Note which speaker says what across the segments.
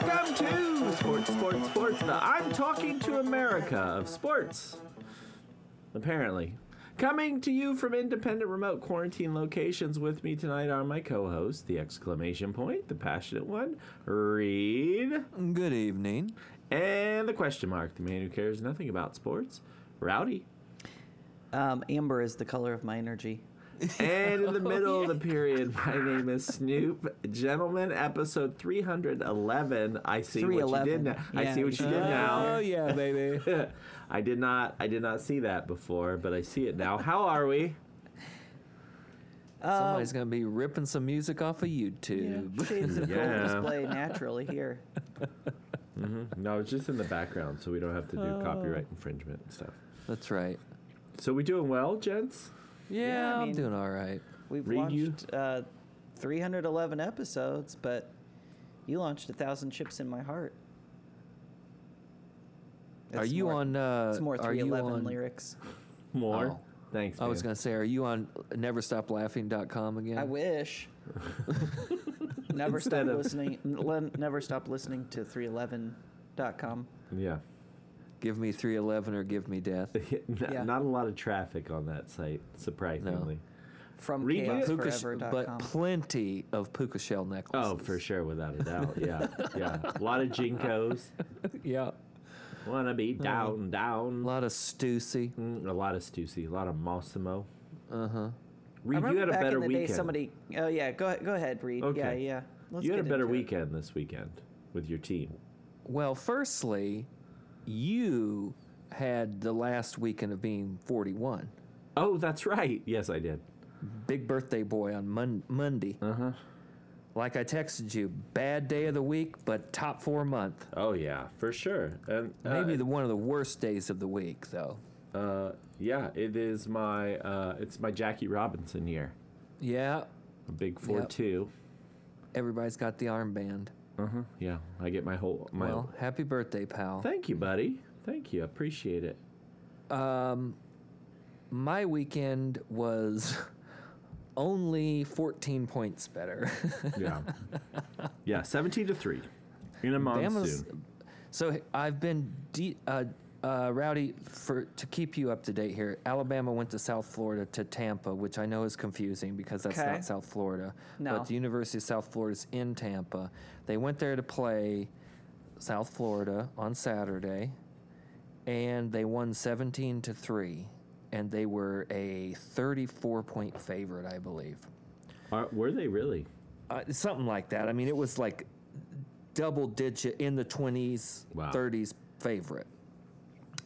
Speaker 1: to Sports, Sports, Sports, the I'm Talking to America of Sports. Apparently. Coming to you from independent remote quarantine locations with me tonight are my co hosts, the exclamation point, the passionate one, Reed,
Speaker 2: Good evening.
Speaker 1: and the question mark, the man who cares nothing about sports, Rowdy.
Speaker 3: Um, amber is the color of my energy.
Speaker 1: And in the middle of the period, my name is Snoop. Gentlemen, episode 311. I see what you did
Speaker 3: 311.
Speaker 1: now. I see
Speaker 3: Yeah,
Speaker 1: what you did
Speaker 3: Oh, yeah.
Speaker 1: now.
Speaker 2: yeah, Oh, baby.
Speaker 1: I did not I did not see that before, but I see it now. How are we?
Speaker 3: Um,
Speaker 2: Somebody's gonna be ripping some music off of YouTube.
Speaker 3: Shades of
Speaker 1: Yeah.
Speaker 3: gold display naturally here.
Speaker 1: No, it's just in the background, so we don't have to do
Speaker 3: Oh.
Speaker 1: copyright infringement and stuff.
Speaker 2: That's right.
Speaker 1: So we doing well, gents?
Speaker 2: Yeah,
Speaker 3: I
Speaker 2: I'm
Speaker 3: mean-
Speaker 2: doing all right.
Speaker 3: We've
Speaker 1: Read you.
Speaker 3: launched uh, 311 episodes, but you launched a thousand chips in my heart.
Speaker 2: Are
Speaker 3: It's
Speaker 2: you
Speaker 3: more-
Speaker 2: on, uh,
Speaker 3: it's more
Speaker 2: are you
Speaker 3: 311
Speaker 2: on-
Speaker 3: lyrics.
Speaker 1: More.
Speaker 2: Oh.
Speaker 1: Thanks.
Speaker 2: I was
Speaker 1: man.
Speaker 2: gonna say, are you on NeverStopLaughing.com again?
Speaker 3: I wish. never stop
Speaker 1: Instead of-
Speaker 3: listening. le- Never stop listening to 311.com.
Speaker 1: Yeah.
Speaker 2: Give me 311 or give me death.
Speaker 1: Not-
Speaker 3: Yeah.
Speaker 1: Not a lot of traffic on that site, surprisingly.
Speaker 3: From
Speaker 1: Read you.
Speaker 2: Puka sh-
Speaker 3: chaosforever.com.
Speaker 2: but plenty of puka shell necklaces.
Speaker 1: Oh, for sure, without a doubt. Yeah. yeah. A lot of Jinkos.
Speaker 2: yeah.
Speaker 1: Wanna be
Speaker 3: Uh-huh.
Speaker 1: down, down.
Speaker 2: A lot of Stussy.
Speaker 1: Mm, a lot of Stussy, a lot of Mossimo. Uh huh. Reed,
Speaker 3: Uh-huh. I remember
Speaker 1: you had a
Speaker 3: back
Speaker 1: better
Speaker 3: in the
Speaker 1: weekend.
Speaker 3: day somebody. Oh yeah, go ahead- go ahead, Reed. Yeah,
Speaker 1: Okay.
Speaker 3: yeah. Let's
Speaker 1: you had a
Speaker 3: get
Speaker 1: better
Speaker 3: into it.
Speaker 1: weekend this weekend with your team.
Speaker 2: Well, firstly, you had the last weekend of being 41.
Speaker 1: Oh, that's right. Yes, I did.
Speaker 2: Big birthday boy on mon- Monday. Uh huh. Like I texted you, bad day of the week, but top four month.
Speaker 1: Oh yeah, for sure. And uh,
Speaker 2: Maybe the one of the worst days of the week, though.
Speaker 1: uh, yeah, it is my uh, it's my Jackie Robinson year.
Speaker 2: Yeah,
Speaker 1: A big four
Speaker 2: Yep.
Speaker 1: two.
Speaker 2: everybody's got the armband.
Speaker 1: Yeah, I get my whole my.
Speaker 2: Well, happy birthday, pal.
Speaker 1: Thank you, buddy. Thank you. Appreciate it.
Speaker 2: Um, My weekend was only 14 points better.
Speaker 1: Yeah. yeah, seventeen to three. In a
Speaker 2: Bama's-
Speaker 1: monsoon.
Speaker 2: So I've been de- uh, uh, rowdy for to keep you up to date here. Alabama went to South Florida to Tampa, which I know is confusing because that's
Speaker 3: Okay.
Speaker 2: not South Florida,
Speaker 3: No.
Speaker 2: but the University of South Florida's in Tampa. They went there to play South Florida on Saturday, and they won seventeen to three, and they were a thirty-four point favorite, I believe
Speaker 1: Are, were they really?
Speaker 2: uh, something like that. I mean, it was like double digit in the 20s,
Speaker 1: Wow.
Speaker 2: 30s favorite.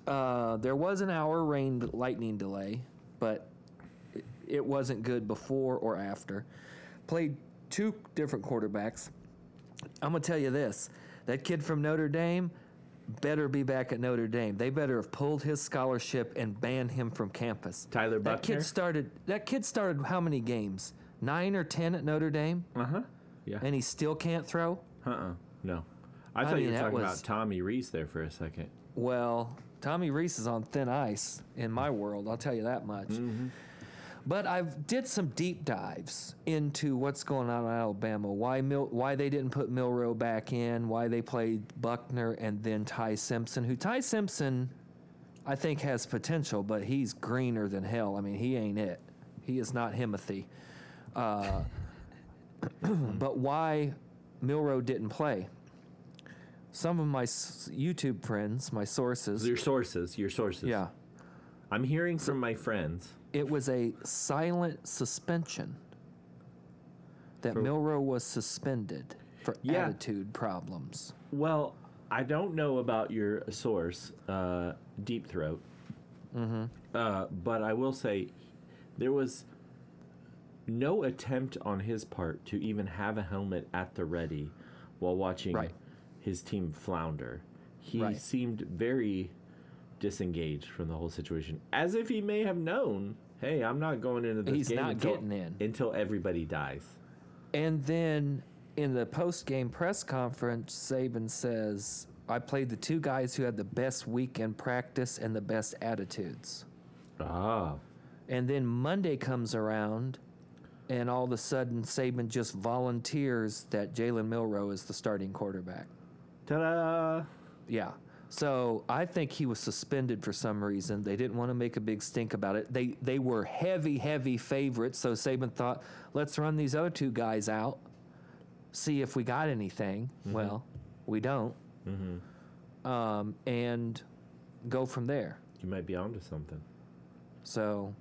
Speaker 2: Uh, there was an hour rain lightning delay, but it, it wasn't good before or after. Played two different quarterbacks. I'm gonna tell you this: that kid from Notre Dame better be back at Notre Dame. They better have pulled his scholarship and banned him from campus.
Speaker 1: Tyler
Speaker 2: That
Speaker 1: Buckner?
Speaker 2: kid started. That kid started how many games? Nine or ten at Notre Dame,
Speaker 1: Uh huh. Yeah.
Speaker 2: and he still can't throw.
Speaker 1: Uh uh No. I thought
Speaker 2: mean,
Speaker 1: you were
Speaker 2: that
Speaker 1: talking
Speaker 2: was-
Speaker 1: about Tommy Reese there for a second.
Speaker 2: Well, Tommy Reese is on thin ice in my world, I'll tell you that much.
Speaker 1: Mm-hmm.
Speaker 2: But I've did some deep dives into what's going on in Alabama, why Mil- why they didn't put Milrow back in, why they played Buckner and then Ty Simpson, who Ty Simpson I think has potential, but he's greener than hell. I mean, he ain't it. He is not Himothy. Uh, but why Milrow didn't play? Some of my s- YouTube friends, my sources,
Speaker 1: Your sources, your sources.
Speaker 2: yeah,
Speaker 1: I'm hearing from my friends.
Speaker 2: it was a silent suspension. That Milrow was suspended for
Speaker 1: Yeah.
Speaker 2: attitude problems.
Speaker 1: Well, I don't know about your source, uh, Deep Throat,
Speaker 2: Mm-hmm.
Speaker 1: uh, but I will say there was no attempt on his part to even have a helmet at the ready while watching
Speaker 2: Right.
Speaker 1: his team flounder. He
Speaker 2: Right.
Speaker 1: seemed very disengaged from the whole situation, as if he may have known, "Hey, I'm not going into this
Speaker 2: He's
Speaker 1: game
Speaker 2: not
Speaker 1: until,
Speaker 2: getting in."
Speaker 1: until everybody dies."
Speaker 2: And then in the post game press conference, Saban says, I played the two guys who had the best weekend practice and the best attitudes.
Speaker 1: Ah,
Speaker 2: And then Monday comes around, and all of a sudden, Saban just volunteers that Jalen Milrow is the starting quarterback.
Speaker 1: Ta-da!
Speaker 2: Yeah. So I think he was suspended for some reason. They didn't want to make a big stink about it. They they were heavy, heavy favorites. So Saban thought, let's run these other two guys out, see if we got anything.
Speaker 1: Mm-hmm.
Speaker 2: Well, we don't. Um, and go from there.
Speaker 1: You might be onto something.
Speaker 2: So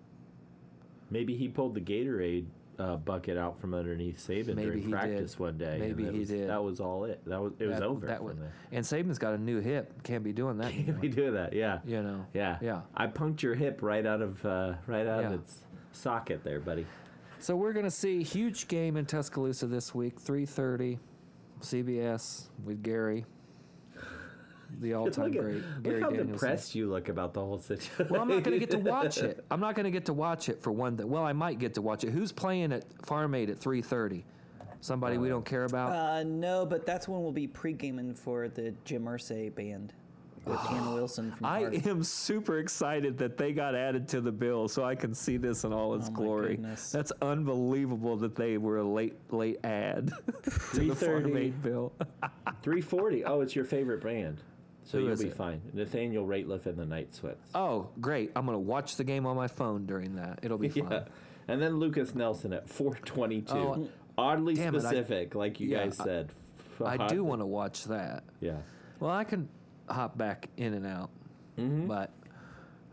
Speaker 1: Maybe he pulled the Gatorade uh, bucket out from underneath Saban
Speaker 2: Maybe
Speaker 1: during
Speaker 2: he did.
Speaker 1: practice one day. and
Speaker 2: Maybe
Speaker 1: that
Speaker 2: he
Speaker 1: was,
Speaker 2: did.
Speaker 1: That was all it. That was it. Was
Speaker 2: that-
Speaker 1: over.
Speaker 2: That
Speaker 1: from
Speaker 2: was,
Speaker 1: there.
Speaker 2: and Saban's got a new hip. Can't be doing that.
Speaker 1: If we
Speaker 2: anymore,
Speaker 1: do that, yeah.
Speaker 2: you know.
Speaker 1: Yeah.
Speaker 2: Yeah.
Speaker 1: I punked your hip right out of uh, right out
Speaker 2: Yeah.
Speaker 1: of its socket there, buddy.
Speaker 2: So we're gonna see huge game in Tuscaloosa this week, three thirty, CBS with Gary, the all-time
Speaker 1: Look, at,
Speaker 2: great
Speaker 1: look
Speaker 2: Gary
Speaker 1: how
Speaker 2: Danielson.
Speaker 1: depressed you look about the whole situation.
Speaker 2: Well, I'm not gonna get to watch it. I'm not gonna get to watch it for one thing. Well, I might get to watch it. Who's playing at Farm Aid at three thirty? Somebody we don't care about.
Speaker 3: Uh, no, but that's when we'll be pre-gaming for the Jim Irsay band with Ann Wilson from
Speaker 2: I
Speaker 3: Harvard.
Speaker 2: am super excited that they got added to the bill, so I can see this in all its
Speaker 3: Oh my
Speaker 2: glory.
Speaker 3: goodness.
Speaker 2: That's unbelievable that they were a late late add to the Farm
Speaker 1: 3:30.
Speaker 2: Aid bill.
Speaker 1: 340. Oh, it's your favorite band. So
Speaker 2: Who
Speaker 1: you'll
Speaker 2: is
Speaker 1: be
Speaker 2: it?
Speaker 1: fine. Nathaniel Rateliff and the Night Sweats.
Speaker 2: Oh, great. I'm going to watch the game on my phone during that. It'll be fun.
Speaker 1: yeah. And then Lucas Nelson at 422.
Speaker 2: Oh,
Speaker 1: Oddly
Speaker 2: damn it, I-
Speaker 1: specific, like you
Speaker 2: Yeah,
Speaker 1: guys
Speaker 2: I-
Speaker 1: said.
Speaker 2: I do want to watch that.
Speaker 1: Yeah.
Speaker 2: Well, I can hop back in and out. But,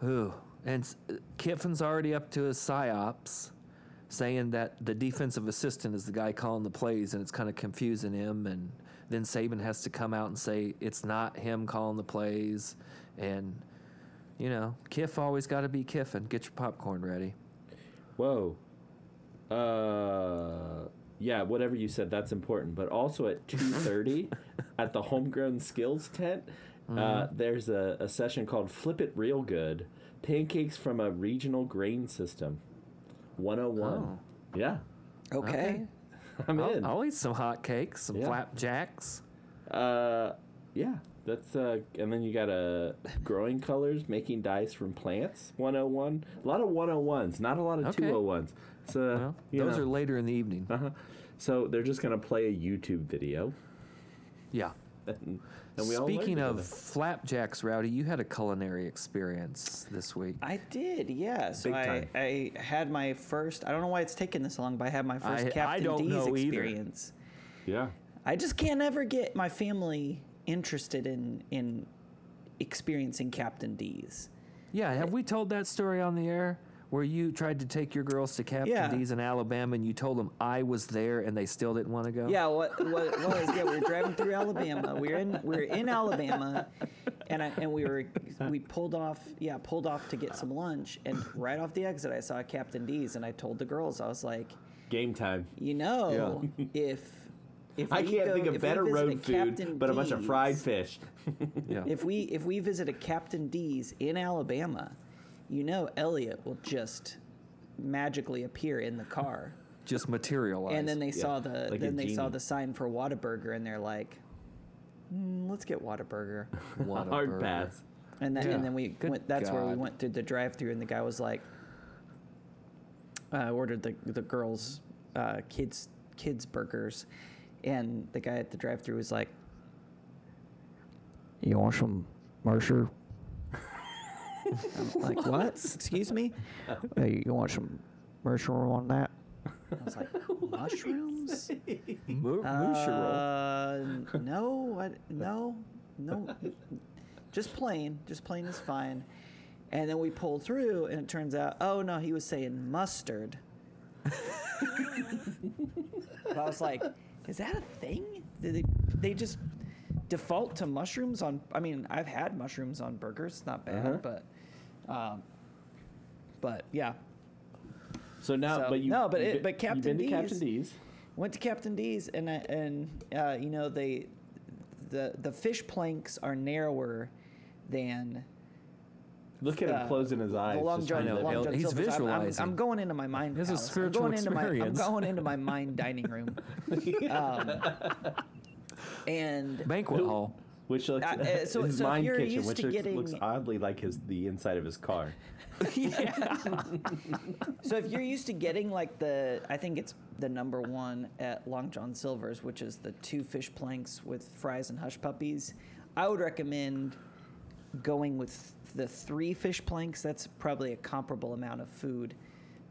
Speaker 2: ooh. And s- Kiffin's already up to his psyops saying that the defensive assistant is the guy calling the plays and it's kind of confusing him. And then Saban has to come out and say it's not him calling the plays. And, you know, Kiff always got to be Kiffin. Get your popcorn ready.
Speaker 1: Whoa. Uh, yeah, whatever you said, that's important. But also at 2.30 at the Homegrown Skills tent, uh,
Speaker 2: Mm-hmm.
Speaker 1: there's a, a session called Flip It Real Good, Pancakes from a Regional Grain System 101. Yeah,
Speaker 3: okay.
Speaker 1: I'm in.
Speaker 2: Oh. I'll, I'll eat some hot cakes, some
Speaker 1: Yeah.
Speaker 2: flapjacks.
Speaker 1: Uh, yeah, that's uh, and then you got uh, growing colors, making dyes from plants. One hundred and one, a lot of one hundred and ones, not a lot of
Speaker 2: Okay.
Speaker 1: two hundred and ones. So
Speaker 2: Well,
Speaker 1: Uh, you
Speaker 2: those
Speaker 1: know, Uh-huh.
Speaker 2: are later in the evening.
Speaker 1: so they're just gonna play a YouTube video.
Speaker 2: Yeah.
Speaker 1: And, and we all learn
Speaker 2: Speaking of
Speaker 1: together.
Speaker 2: flapjacks, Rowdy, you had a culinary experience this week.
Speaker 3: I did, yeah. So
Speaker 1: Big
Speaker 3: I,
Speaker 1: time.
Speaker 3: I had my first. I don't know why it's taken this long, but I had my first
Speaker 2: I- I
Speaker 3: Captain
Speaker 2: don't
Speaker 3: D's
Speaker 2: know either.
Speaker 3: experience.
Speaker 1: yeah,
Speaker 3: I just can't ever get my family interested in in experiencing Captain D's.
Speaker 2: Yeah, have we told that story on the air where you tried to take your girls to Captain
Speaker 3: Yeah.
Speaker 2: D's in Alabama and you told them I was there and they still didn't want to go?
Speaker 3: Yeah, what what it was? Yeah, we were driving through Alabama. We were in we were in Alabama, and I and we were we pulled off. Yeah, pulled off to get some lunch, and right off the exit, I saw Captain D's, and I told the girls, I was like,
Speaker 1: game time.
Speaker 3: you know, if if
Speaker 1: I
Speaker 3: we
Speaker 1: can't
Speaker 3: go-
Speaker 1: think
Speaker 3: if
Speaker 1: of
Speaker 3: we
Speaker 1: better
Speaker 3: visit a
Speaker 1: road food,
Speaker 3: Captain
Speaker 1: but a bunch of fried
Speaker 3: D's-
Speaker 1: fish.
Speaker 2: Yeah.
Speaker 3: If we if we visit a Captain D's in Alabama, you know Elliot will just magically appear in the car.
Speaker 2: Just materialized.
Speaker 3: And then they
Speaker 1: Yeah,
Speaker 3: saw the
Speaker 1: like a
Speaker 3: then they saw
Speaker 1: genie.
Speaker 3: the sign for Whataburger and they're like, "Mm, let's get Whataburger.
Speaker 2: What a
Speaker 1: Hard
Speaker 2: burger.
Speaker 1: pass.
Speaker 3: And then
Speaker 2: Yeah.
Speaker 3: and then we
Speaker 2: Good
Speaker 3: went that's where we
Speaker 2: God.
Speaker 3: went through the drive through and the guy was like I ordered the the girls uh, kids kids burgers and the guy at the drive through was like
Speaker 4: You want some Mercer?
Speaker 3: like what? Excuse me?
Speaker 4: Hey, you want some Mercer on that?
Speaker 3: I was like, mushrooms?
Speaker 2: Mo- Mushroom.
Speaker 3: Uh, n- no, I, no, no. Just plain, just plain is fine. And then we pull through, and it turns out, oh no, he was saying mustard. But I was like, is that a thing? Did they, they just default to mushrooms on? I mean, I've had mushrooms on burgers, not bad, but, um, but yeah,
Speaker 1: So now,
Speaker 3: So-
Speaker 1: but you
Speaker 3: no, but
Speaker 1: you
Speaker 3: it-
Speaker 1: been-
Speaker 3: but
Speaker 1: you've
Speaker 3: Captain
Speaker 1: been to
Speaker 3: D's-
Speaker 1: Captain D's.
Speaker 3: went to Captain D's and I- and uh, you know they the the fish planks are narrower than
Speaker 1: Look at him
Speaker 3: uh,
Speaker 1: closing his eyes.
Speaker 3: the long
Speaker 1: just trying
Speaker 3: john,
Speaker 1: to
Speaker 2: I know,
Speaker 1: live
Speaker 3: long
Speaker 1: it.
Speaker 3: john
Speaker 2: he's
Speaker 3: Silver's. I'm- I'm- I'm,
Speaker 2: visualizing.
Speaker 3: going into my mind.
Speaker 2: This is
Speaker 3: palace.
Speaker 2: spiritual
Speaker 3: I'm going
Speaker 2: experience.
Speaker 3: Into my, I'm going into my mind dining room. um, and
Speaker 2: Banquet hall.
Speaker 1: which looks
Speaker 3: Uh, uh, so-
Speaker 1: his
Speaker 3: so if
Speaker 1: mind
Speaker 3: you're
Speaker 1: kitchen,
Speaker 3: used
Speaker 1: which
Speaker 3: to
Speaker 1: looks,
Speaker 3: getting-
Speaker 1: looks oddly like his the inside of his car.
Speaker 3: yeah. so if you're used to getting like the, I think it's the number one at Long John Silver's, which is the two fish planks with fries and hush puppies, I would recommend going with the three fish planks. That's probably a comparable amount of food.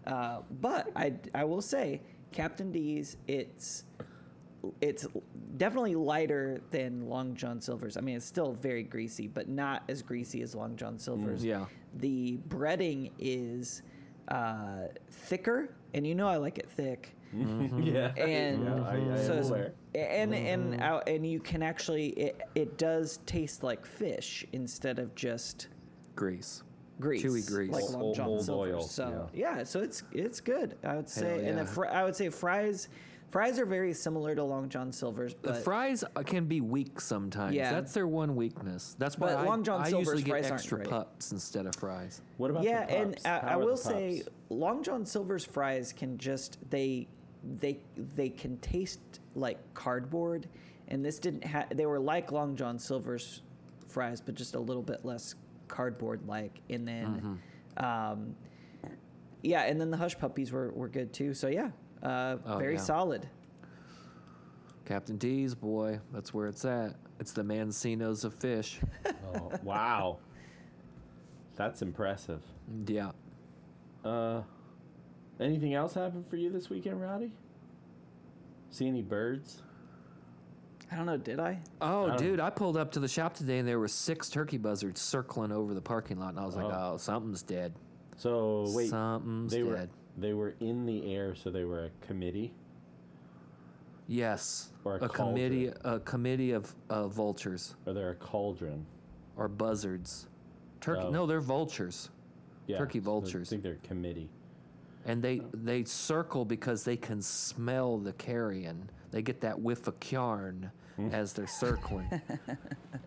Speaker 3: Uh, but I, I will say, Captain D's, it's it's definitely lighter than Long John Silver's. I mean, it's still very greasy, but not as greasy as Long John Silver's.
Speaker 2: yeah.
Speaker 3: The breading is uh, thicker, and you know I like it thick.
Speaker 1: yeah,
Speaker 3: And
Speaker 1: yeah, I, I am
Speaker 3: so it's-
Speaker 1: aware.
Speaker 3: and and out, and you can actually it, it does taste like fish instead of just
Speaker 2: Grease.
Speaker 3: grease,
Speaker 2: Chewy grease.
Speaker 3: like
Speaker 1: Old-
Speaker 3: Long
Speaker 1: old-
Speaker 3: John
Speaker 1: old
Speaker 3: Silver's.
Speaker 1: oil,
Speaker 3: So yeah. so it's it's good. I would say, and the
Speaker 2: yeah.
Speaker 3: fr- I would say fries, fries are very similar to Long John Silver's,
Speaker 2: The
Speaker 3: but
Speaker 2: fries uh, can be weak sometimes.
Speaker 3: Yeah.
Speaker 2: That's their one weakness. That's why
Speaker 3: But
Speaker 2: I,
Speaker 3: Long John
Speaker 2: I
Speaker 3: Silver's
Speaker 2: usually get
Speaker 3: fries aren't
Speaker 2: extra
Speaker 3: great.
Speaker 2: pups instead of fries.
Speaker 1: What about
Speaker 3: yeah,
Speaker 1: the
Speaker 3: and
Speaker 1: pups?
Speaker 3: I,
Speaker 1: How
Speaker 3: I
Speaker 1: are the
Speaker 3: will say,
Speaker 1: pups?
Speaker 3: Long John Silver's fries can just they they they can taste like cardboard, and this didn't have. They were like Long John Silver's fries, but just a little bit less cardboard like. And then,
Speaker 1: Mm-hmm.
Speaker 3: um, yeah, and then the hush puppies were were good too. So yeah, uh,
Speaker 2: Oh,
Speaker 3: very
Speaker 2: yeah.
Speaker 3: solid.
Speaker 2: Captain D's, boy, that's where it's at. It's the Mancinos of fish.
Speaker 1: Oh, wow, that's impressive.
Speaker 2: yeah.
Speaker 1: Uh, anything else happen for you this weekend, Rowdy? See any birds?
Speaker 3: I don't know. Did I?
Speaker 2: Oh,
Speaker 1: don't-
Speaker 2: dude, I pulled up to the shop today and there were six turkey buzzards circling over the parking lot. And I was like,
Speaker 1: Oh.
Speaker 2: oh, something's dead.
Speaker 1: So wait,
Speaker 2: Something's
Speaker 1: they were
Speaker 2: dead.
Speaker 1: they were in the air, so they were a committee.
Speaker 2: Yes.
Speaker 1: Or a
Speaker 2: committee a committee of uh, vultures
Speaker 1: Or they're a cauldron.
Speaker 2: or buzzards. Turkey
Speaker 1: Oh.
Speaker 2: No, they're vultures.
Speaker 1: Yeah,
Speaker 2: Turkey
Speaker 1: so I
Speaker 2: vultures.
Speaker 1: think they're committee.
Speaker 2: And they they circle because they can smell the carrion. They get that whiff of carn as they're circling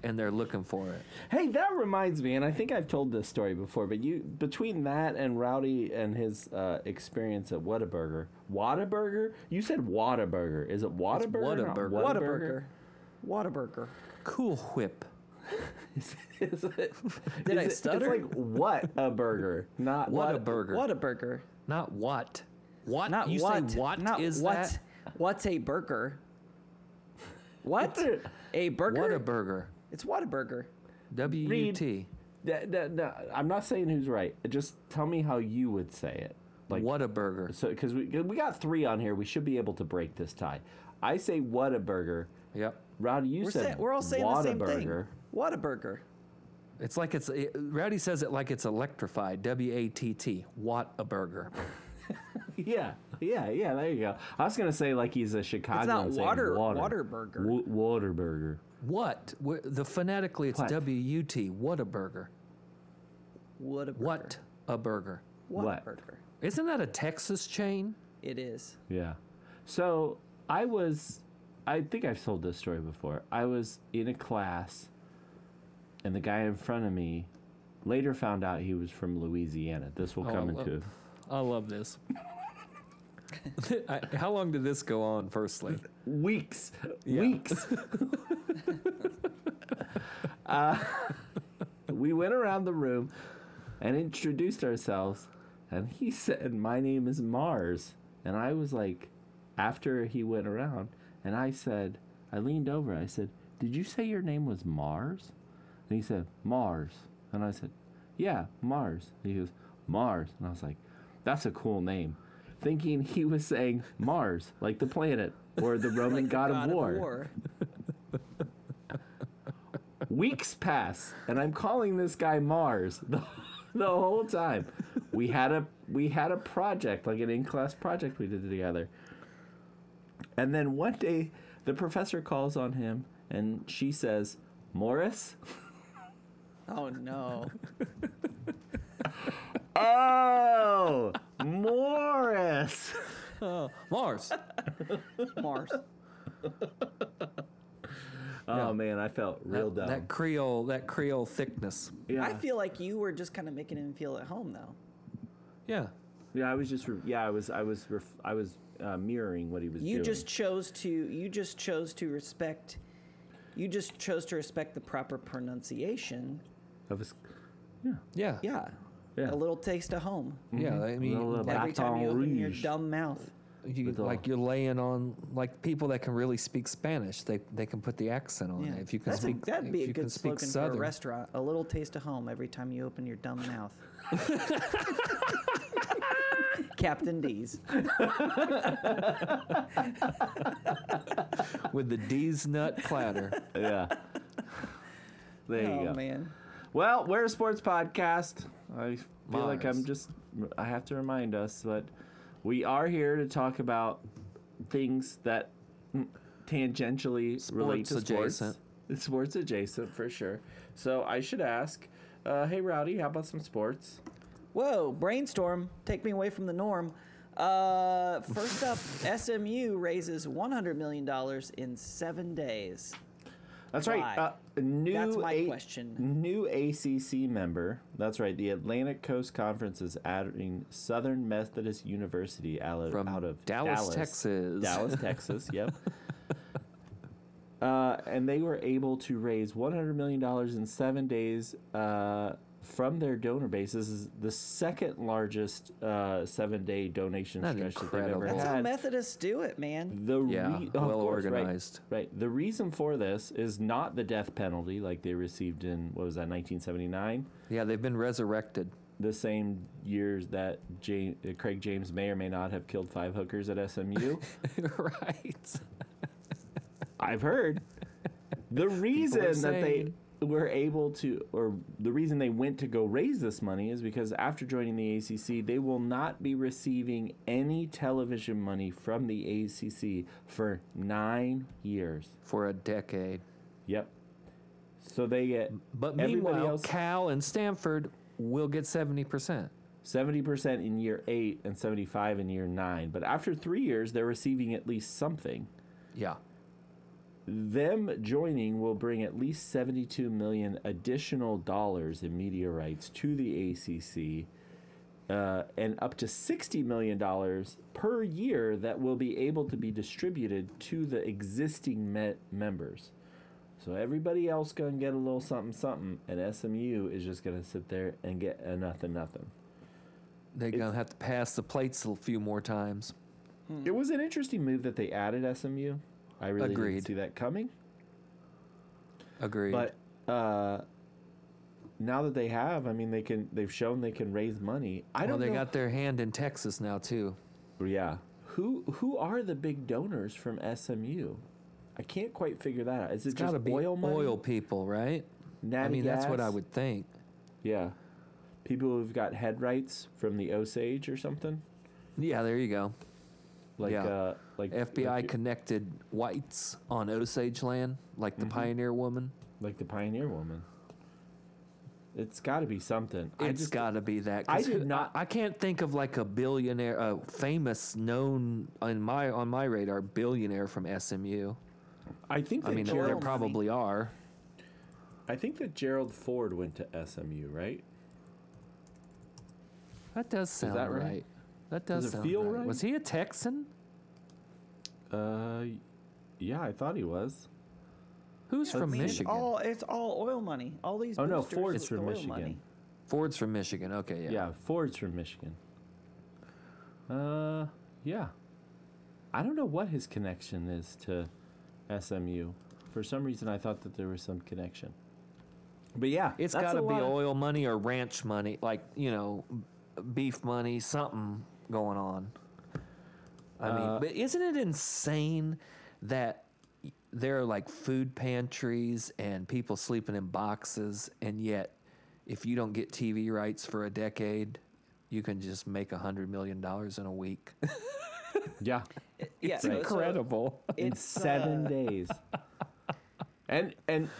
Speaker 2: and they're looking for it.
Speaker 1: Hey, that reminds me, and I think I've told this story before, but you between that and Rowdy and his uh, experience at Whataburger, Whataburger, you said Whataburger. Is it Whataburger? not
Speaker 2: Whataburger.
Speaker 1: Whataburger?
Speaker 3: Whataburger.
Speaker 2: Cool whip.
Speaker 1: Is it-
Speaker 3: Did I
Speaker 1: it-
Speaker 3: stutter?
Speaker 1: It's like what a burger, not
Speaker 2: What a burger.
Speaker 3: Whataburger.
Speaker 2: Not what. What
Speaker 3: Not
Speaker 2: you
Speaker 3: what.
Speaker 2: say what
Speaker 3: not
Speaker 2: is
Speaker 3: what,
Speaker 2: that?
Speaker 3: What's a burger? What? a burger?
Speaker 2: What a burger.
Speaker 3: it's Whataburger.
Speaker 2: W U T.
Speaker 1: That- that- no, I'm not saying who's right. Just tell me how you would say it. Like
Speaker 2: What a burger.
Speaker 1: So, because we we got three on here, we should be able to break this tie. I say Whataburger.
Speaker 2: Yep.
Speaker 1: Rowdy, you
Speaker 3: We're,
Speaker 1: said
Speaker 3: say, we're all saying the same thing.
Speaker 1: Whataburger.
Speaker 3: Whataburger.
Speaker 2: It's like it's it, Rowdy says it like it's electrified. W A T T. What a burger.
Speaker 1: Yeah, yeah, yeah. There you go. I was gonna say like he's a Chicago.
Speaker 3: not water- Waterburger.
Speaker 1: W- Waterburger.
Speaker 2: What? Wh- The phonetically it's
Speaker 1: What?
Speaker 2: W U T. What a burger.
Speaker 3: Whataburger.
Speaker 2: What a burger.
Speaker 1: What?
Speaker 3: Whataburger.
Speaker 2: Isn't that a Texas chain?
Speaker 3: It is.
Speaker 1: Yeah. So I was, I think I've told this story before. I was in a class, and the guy in front of me later found out he was from Louisiana. This will
Speaker 2: Oh,
Speaker 1: come
Speaker 2: I love-
Speaker 1: into.
Speaker 2: I love this. I, how long did this go on? Firstly,
Speaker 1: weeks, weeks. uh, we went around the room and introduced ourselves, and he said, "My name is Mars," and I was like, after he went around, and I said, I leaned over, I said, "Did you say your name was Mars?" And he said, Mars. And I said, Yeah, Mars. And he goes, Mars. And I was like, That's a cool name. Thinking he was saying Mars, like the planet or the Roman god, of, war. Weeks pass, and I'm calling this guy Mars the, the whole time. We had a we had a project, like an in-class project we did together. And then one day, the professor calls on him, and she says, "Morris."
Speaker 3: Oh no.
Speaker 1: Oh, Morris.
Speaker 2: Mars.
Speaker 3: Mars.
Speaker 1: Oh man, I felt real dumb.
Speaker 2: that, that Creole, that Creole thickness.
Speaker 1: yeah.
Speaker 3: I feel like you were just kind of making him feel at home though.
Speaker 2: Yeah.
Speaker 1: yeah, I was just re- yeah, I was I was ref- I was uh, mirroring what he was
Speaker 3: You
Speaker 1: doing.
Speaker 3: just chose to you just chose to respect You just chose to respect the proper pronunciation.
Speaker 1: Of his,
Speaker 2: Yeah.
Speaker 3: Yeah.
Speaker 1: Yeah.
Speaker 3: A little taste of home.
Speaker 2: Yeah, I mean,
Speaker 1: Roll up.
Speaker 3: Every time you
Speaker 1: Baton
Speaker 3: open your
Speaker 1: Rouge.
Speaker 3: dumb mouth.
Speaker 2: you,
Speaker 1: With all-
Speaker 2: like you're laying on like people that can really speak Spanish. They they can put the accent on
Speaker 3: Yeah.
Speaker 2: it. If you can
Speaker 3: That's a-
Speaker 2: speak,
Speaker 3: that'd be
Speaker 2: if
Speaker 3: a
Speaker 2: you
Speaker 3: good
Speaker 2: can speak
Speaker 3: slogan
Speaker 2: Southern,
Speaker 3: for a restaurant. A little taste of home every time you open your dumb mouth. Captain D's.
Speaker 2: with the D's nut platter.
Speaker 1: yeah. There you
Speaker 3: oh
Speaker 1: go.
Speaker 3: man.
Speaker 1: Well, we're a sports podcast. I feel like
Speaker 2: Mars.
Speaker 1: I'm just, I have to remind us that we are here to talk about things that mm, tangentially relate to
Speaker 2: Sports adjacent.
Speaker 1: sports. It's sports adjacent for sure. So I should ask, uh, hey Rowdy, how about some sports?
Speaker 3: Whoa, brainstorm. Take me away from the norm. Uh, first up, SMU raises $100 million in seven days.
Speaker 1: That's
Speaker 3: Why?
Speaker 1: right. Uh, a new
Speaker 3: That's my
Speaker 1: A-
Speaker 3: question.
Speaker 1: New ACC member. That's right. The Atlantic Coast Conference is adding Southern Methodist University out of,
Speaker 2: From
Speaker 1: out of
Speaker 2: Dallas, Texas.
Speaker 1: Dallas, Texas. Yep. Uh, and they were able to raise $100 million in seven days uh, from their donor base. This is the second largest uh, seven day donation
Speaker 2: That's
Speaker 1: stretch that they've
Speaker 2: incredible.
Speaker 1: ever
Speaker 3: That's
Speaker 1: had.
Speaker 3: how Methodists do it, man.
Speaker 1: The
Speaker 2: Yeah,
Speaker 1: re- of
Speaker 2: well
Speaker 1: course, right,
Speaker 2: organized.
Speaker 1: Right, The reason for this is not the death penalty like they received in what was that 1979,
Speaker 2: Yeah, they've been resurrected.
Speaker 1: the same years that James, Craig James may or may not have killed five hookers at SMU.
Speaker 2: right.
Speaker 1: I've heard. The reason that
Speaker 2: saying.
Speaker 1: they were able to, or the reason they went to go raise this money is because after joining the ACC, they will not be receiving any television money from the ACC for nine years.
Speaker 2: For a decade.
Speaker 1: Yep. So they get
Speaker 2: But
Speaker 1: everybody
Speaker 2: meanwhile,
Speaker 1: else
Speaker 2: Cal and Stanford will get 70%.
Speaker 1: seventy percent in year eight and seventy five in year nine. But after three years, they're receiving at least something.
Speaker 2: Yeah.
Speaker 1: Them joining will bring at least seventy two million additional dollars in media rights to the ACC. Uh, and up to $60 million per year that will be able to be distributed to the existing me- members. So everybody else gonna get a little something something, and SMU is just gonna sit there and get a nothing nothing.
Speaker 2: They're going to have to pass the plates a few more times.
Speaker 1: It was an interesting move that they added SMU. I really
Speaker 2: Agreed.
Speaker 1: didn't see that coming.
Speaker 2: Agreed.
Speaker 1: But uh, now that they have, I mean, they can. They've shown they can raise money. I
Speaker 2: well,
Speaker 1: don't.
Speaker 2: they
Speaker 1: know,
Speaker 2: got their hand in Texas now, too.
Speaker 1: Yeah. Who Who are the big donors from SMU? I can't quite figure that out. Is it
Speaker 2: It's got to
Speaker 1: just
Speaker 2: be
Speaker 1: oil money?
Speaker 2: oil people, right? I
Speaker 1: Natty
Speaker 2: mean, that's what I
Speaker 1: gas?
Speaker 2: would think.
Speaker 1: Yeah. People who've got head rights from the Osage or something.
Speaker 2: Yeah, there you go.
Speaker 1: Like
Speaker 2: Yeah.
Speaker 1: uh, like
Speaker 2: FBI
Speaker 1: like,
Speaker 2: connected whites on Osage land, like the pioneer woman.
Speaker 1: like the Pioneer Woman. It's got to be something. I
Speaker 2: It's
Speaker 1: just-
Speaker 2: got to be that.
Speaker 1: I
Speaker 2: 'cause
Speaker 1: did
Speaker 2: who-
Speaker 1: not-
Speaker 2: I can't think of like a billionaire, a famous, known on my on my radar billionaire from SMU.
Speaker 1: I think.
Speaker 2: I
Speaker 1: that
Speaker 2: mean, there-
Speaker 1: Gerald
Speaker 2: there
Speaker 3: Money.
Speaker 2: probably are.
Speaker 1: I think that Gerald Ford went to SMU, right?
Speaker 2: That does sound
Speaker 1: that
Speaker 2: right?
Speaker 1: right?
Speaker 2: That does,
Speaker 1: Does it
Speaker 2: sound
Speaker 1: feel
Speaker 2: right.
Speaker 1: right?
Speaker 2: Was he a Texan?
Speaker 1: Uh, yeah, I thought he was.
Speaker 2: Who's
Speaker 3: I
Speaker 2: from
Speaker 3: mean,
Speaker 2: Michigan?
Speaker 3: It's all, it's all oil money. All these
Speaker 1: Oh no,
Speaker 3: boosters
Speaker 1: Ford's
Speaker 3: it's
Speaker 1: from
Speaker 3: oil
Speaker 1: Michigan.
Speaker 3: money.
Speaker 2: Ford's from Michigan. Okay, yeah.
Speaker 1: Yeah. Ford's from Michigan. Uh, yeah. I don't know what his connection is to SMU. For some reason, I thought that there was some connection. But yeah,
Speaker 2: It's
Speaker 1: that's
Speaker 2: got to
Speaker 1: a
Speaker 2: be
Speaker 1: lot of-
Speaker 2: oil money or ranch money, like you know, b- beef money, something going on. I
Speaker 1: Uh,
Speaker 2: mean, but isn't it insane that y- there are like food pantries and people sleeping in boxes, and yet if you don't get TV rights for a decade, you can just make a hundred million dollars in a week.
Speaker 1: Yeah,
Speaker 3: Yeah,
Speaker 2: it's
Speaker 3: so- so
Speaker 2: incredible.
Speaker 1: in
Speaker 3: it's
Speaker 1: seven
Speaker 3: uh,
Speaker 1: days. And and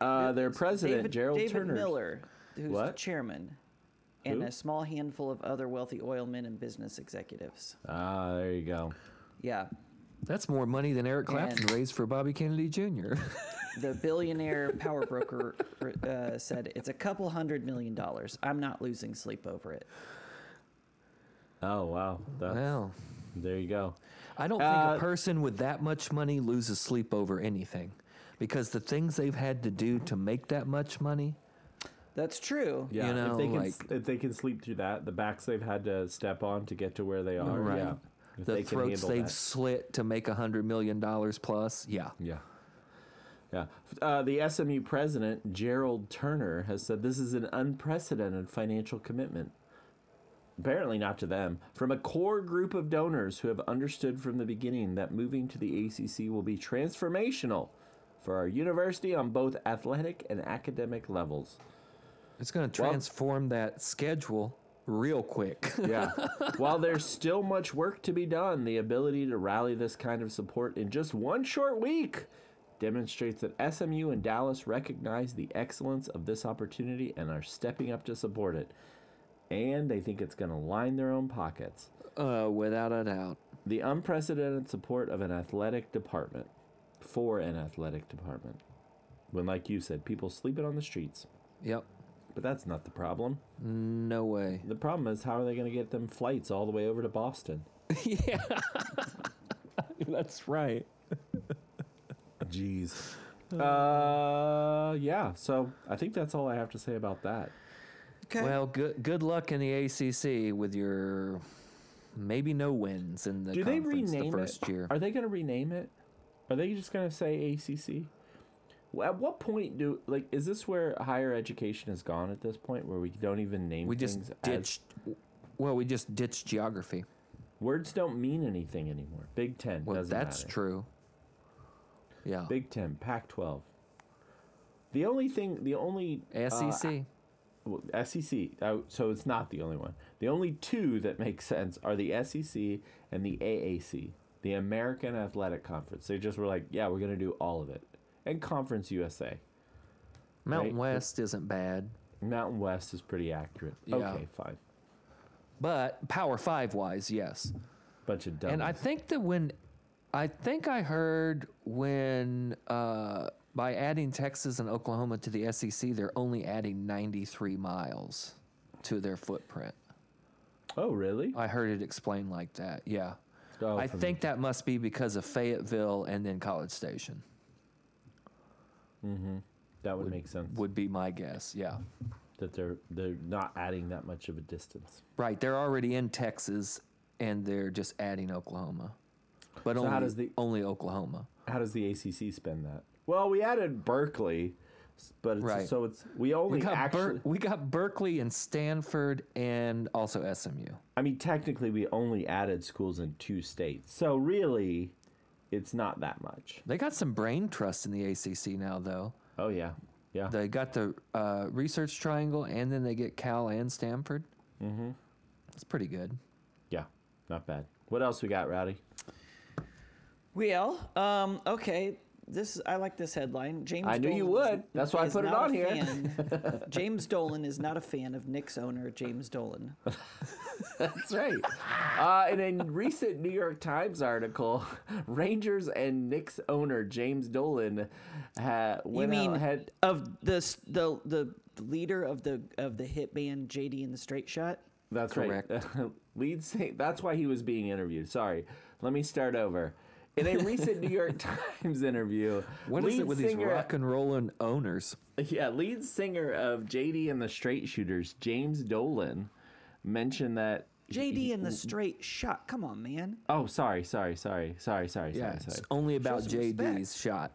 Speaker 1: uh, their president
Speaker 3: David,
Speaker 1: Gerald
Speaker 3: David
Speaker 1: Turner.
Speaker 3: Miller, who's the
Speaker 1: What?
Speaker 3: chairman, and
Speaker 1: Who?
Speaker 3: a small handful of other wealthy oil men and business executives.
Speaker 1: Ah, there you go.
Speaker 3: Yeah,
Speaker 2: That's more money than Eric Clapton
Speaker 3: And-
Speaker 2: raised for Bobby Kennedy Jr.
Speaker 3: the billionaire power broker uh, said it's a couple hundred million dollars. I'm not losing sleep over it.
Speaker 1: Oh wow, that's,
Speaker 2: wow.
Speaker 1: there you go.
Speaker 2: I don't think
Speaker 1: Uh,
Speaker 2: a person with that much money loses sleep over anything. because the things they've had to do to make that much money.
Speaker 3: That's true.
Speaker 1: Yeah,
Speaker 2: You know,
Speaker 1: if they can
Speaker 2: like-
Speaker 1: if they can sleep through that, the backs they've had to step on to get to where they are.
Speaker 2: Right.
Speaker 1: Yeah. If
Speaker 2: The
Speaker 1: they can
Speaker 2: throats
Speaker 1: handle
Speaker 2: they've
Speaker 1: that.
Speaker 2: slit to make a hundred million dollars plus. Yeah.
Speaker 1: Yeah. Yeah. Uh, the SMU president, Gerald Turner, has said this is an unprecedented financial commitment. Apparently, not to them, from a core group of donors who have understood from the beginning that moving to the ACC will be transformational for our university on both athletic and academic levels.
Speaker 2: It's going to transform that schedule real quick.
Speaker 1: Yeah. While there's still much work to be done, the ability to rally this kind of support in just one short week demonstrates that SMU and Dallas recognize the excellence of this opportunity and are stepping up to support it. And they think it's going to line their own pockets.
Speaker 2: uh, without a doubt.
Speaker 1: The unprecedented support of an athletic department for an athletic department. When, like you said, people sleeping on the streets.
Speaker 2: Yep.
Speaker 1: But that's not the problem.
Speaker 2: No way.
Speaker 1: The problem is, how are they going to get them flights all the way over to Boston?
Speaker 2: yeah. That's right.
Speaker 1: Jeez. Uh, yeah. So I think that's all I have to say about that.
Speaker 3: Okay.
Speaker 2: Well, good good luck in the ACC with your maybe no wins in the
Speaker 1: Do they
Speaker 2: conference
Speaker 1: rename
Speaker 2: the first
Speaker 1: it?
Speaker 2: year.
Speaker 1: Are they going to rename it? Are they just going to say ACC? Well, At what point do like is this where higher education is gone at this point where we don't even name
Speaker 2: We
Speaker 1: things
Speaker 2: just
Speaker 1: as-
Speaker 2: ditched. Well, we just ditched geography.
Speaker 1: words don't mean anything anymore. Big 10
Speaker 2: Well,
Speaker 1: doesn't
Speaker 2: that's
Speaker 1: matter.
Speaker 2: true. Yeah.
Speaker 1: Big 10, Pac 12. The only thing the only uh,
Speaker 2: SEC.
Speaker 1: Well, SEC. uh, So it's not the only one. The only two that make sense are the SEC and the AAC, the American Athletic Conference. They just were like, yeah, we're gonna do all of it, and Conference USA.
Speaker 2: Mountain
Speaker 1: right.
Speaker 2: West isn't bad,
Speaker 1: Mountain West is pretty accurate.
Speaker 2: Yeah.
Speaker 1: Okay, fine.
Speaker 2: but Power Five wise, yes.
Speaker 1: Bunch of dumb.
Speaker 2: And I think that when, I think I heard when uh, by adding Texas and Oklahoma to the SEC, they're only adding 93 miles to their footprint.
Speaker 1: oh, really?
Speaker 2: I heard it explained like that. Yeah.
Speaker 1: Oh,
Speaker 2: I
Speaker 1: from-
Speaker 2: think that must be because of Fayetteville and then College Station,
Speaker 1: that would make sense.
Speaker 2: would be my guess. Yeah.
Speaker 1: that they're they're not adding that much of a distance.
Speaker 2: Right. They're already in Texas and they're just adding Oklahoma. But
Speaker 1: So
Speaker 2: only,
Speaker 1: how does the-
Speaker 2: only Oklahoma.
Speaker 1: How does the ACC spend that? Well, we added Berkeley, s- but it's,
Speaker 2: Right.
Speaker 1: so it's we only
Speaker 2: We got,
Speaker 1: actually.
Speaker 2: Ber- we got Berkeley and Stanford and also SMU.
Speaker 1: I mean, technically, we only added schools in two states. So, really, it's not that much.
Speaker 2: They got some brain trust in the ACC now, though.
Speaker 1: Oh, yeah. Yeah.
Speaker 2: They got the uh, Research Triangle, and then they get Cal and Stanford. Mm-hmm. It's pretty good.
Speaker 1: yeah. Not bad. What else we got, Rowdy?
Speaker 3: Well, um, okay. This I like this headline. James.
Speaker 1: I knew you
Speaker 3: Dolan is-
Speaker 1: would. That's why I
Speaker 3: is
Speaker 1: put it
Speaker 3: not
Speaker 1: on
Speaker 3: a
Speaker 1: here.
Speaker 3: fan- James Dolan is not a fan of Knicks owner James Dolan.
Speaker 1: That's right. uh, in a recent New York Times article, Rangers and Knicks owner James Dolan ha-
Speaker 3: You
Speaker 1: went
Speaker 3: mean
Speaker 1: out, had
Speaker 3: of the s- the the leader of the of the hit band JD and the Straight Shot?
Speaker 1: That's right.
Speaker 2: Correct.
Speaker 1: Lead Saint. That's why he was being interviewed. Sorry. Let me start over. In a recent New York Times interview,
Speaker 2: What is
Speaker 1: lead
Speaker 2: it with these
Speaker 1: singer-
Speaker 2: rock and rolling owners?
Speaker 1: Yeah, lead singer of JD and the Straight Shooters, James Dolan, mentioned that.
Speaker 3: JD and the Straight Shot. Come on, man.
Speaker 1: Oh, sorry, sorry, sorry, sorry, sorry,
Speaker 2: Yeah,
Speaker 1: sorry,
Speaker 2: it's
Speaker 1: sorry.
Speaker 2: only about
Speaker 3: some
Speaker 2: JD's
Speaker 3: respect.
Speaker 2: shot.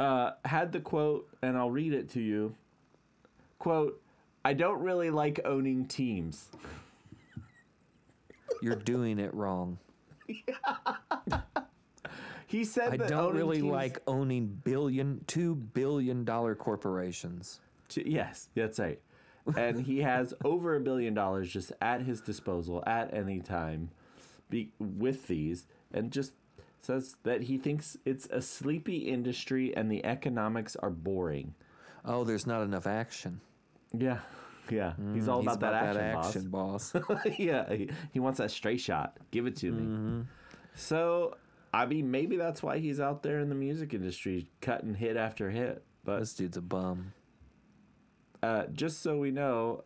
Speaker 1: Uh, had the quote, and I'll read it to you. Quote: I don't really like owning teams.
Speaker 2: You're doing it wrong.
Speaker 1: He said
Speaker 2: I
Speaker 1: that
Speaker 2: don't
Speaker 1: owning
Speaker 2: really
Speaker 1: teams-
Speaker 2: like owning billion, two billion dollar corporations.
Speaker 1: T- Yes, that's right. And he has over a billion dollars just at his disposal at any time be, with these, and just says that he thinks it's a sleepy industry and the economics are boring.
Speaker 2: Oh, there's not enough action.
Speaker 1: Yeah, yeah. Mm, He's all
Speaker 2: He's
Speaker 1: about, that, action,
Speaker 2: boss.
Speaker 1: boss. yeah, he, he wants that straight shot. Give it to me. So, I mean, maybe that's why he's out there in the music industry cutting hit after hit. But
Speaker 2: this dude's a bum.
Speaker 1: Uh, just so we know,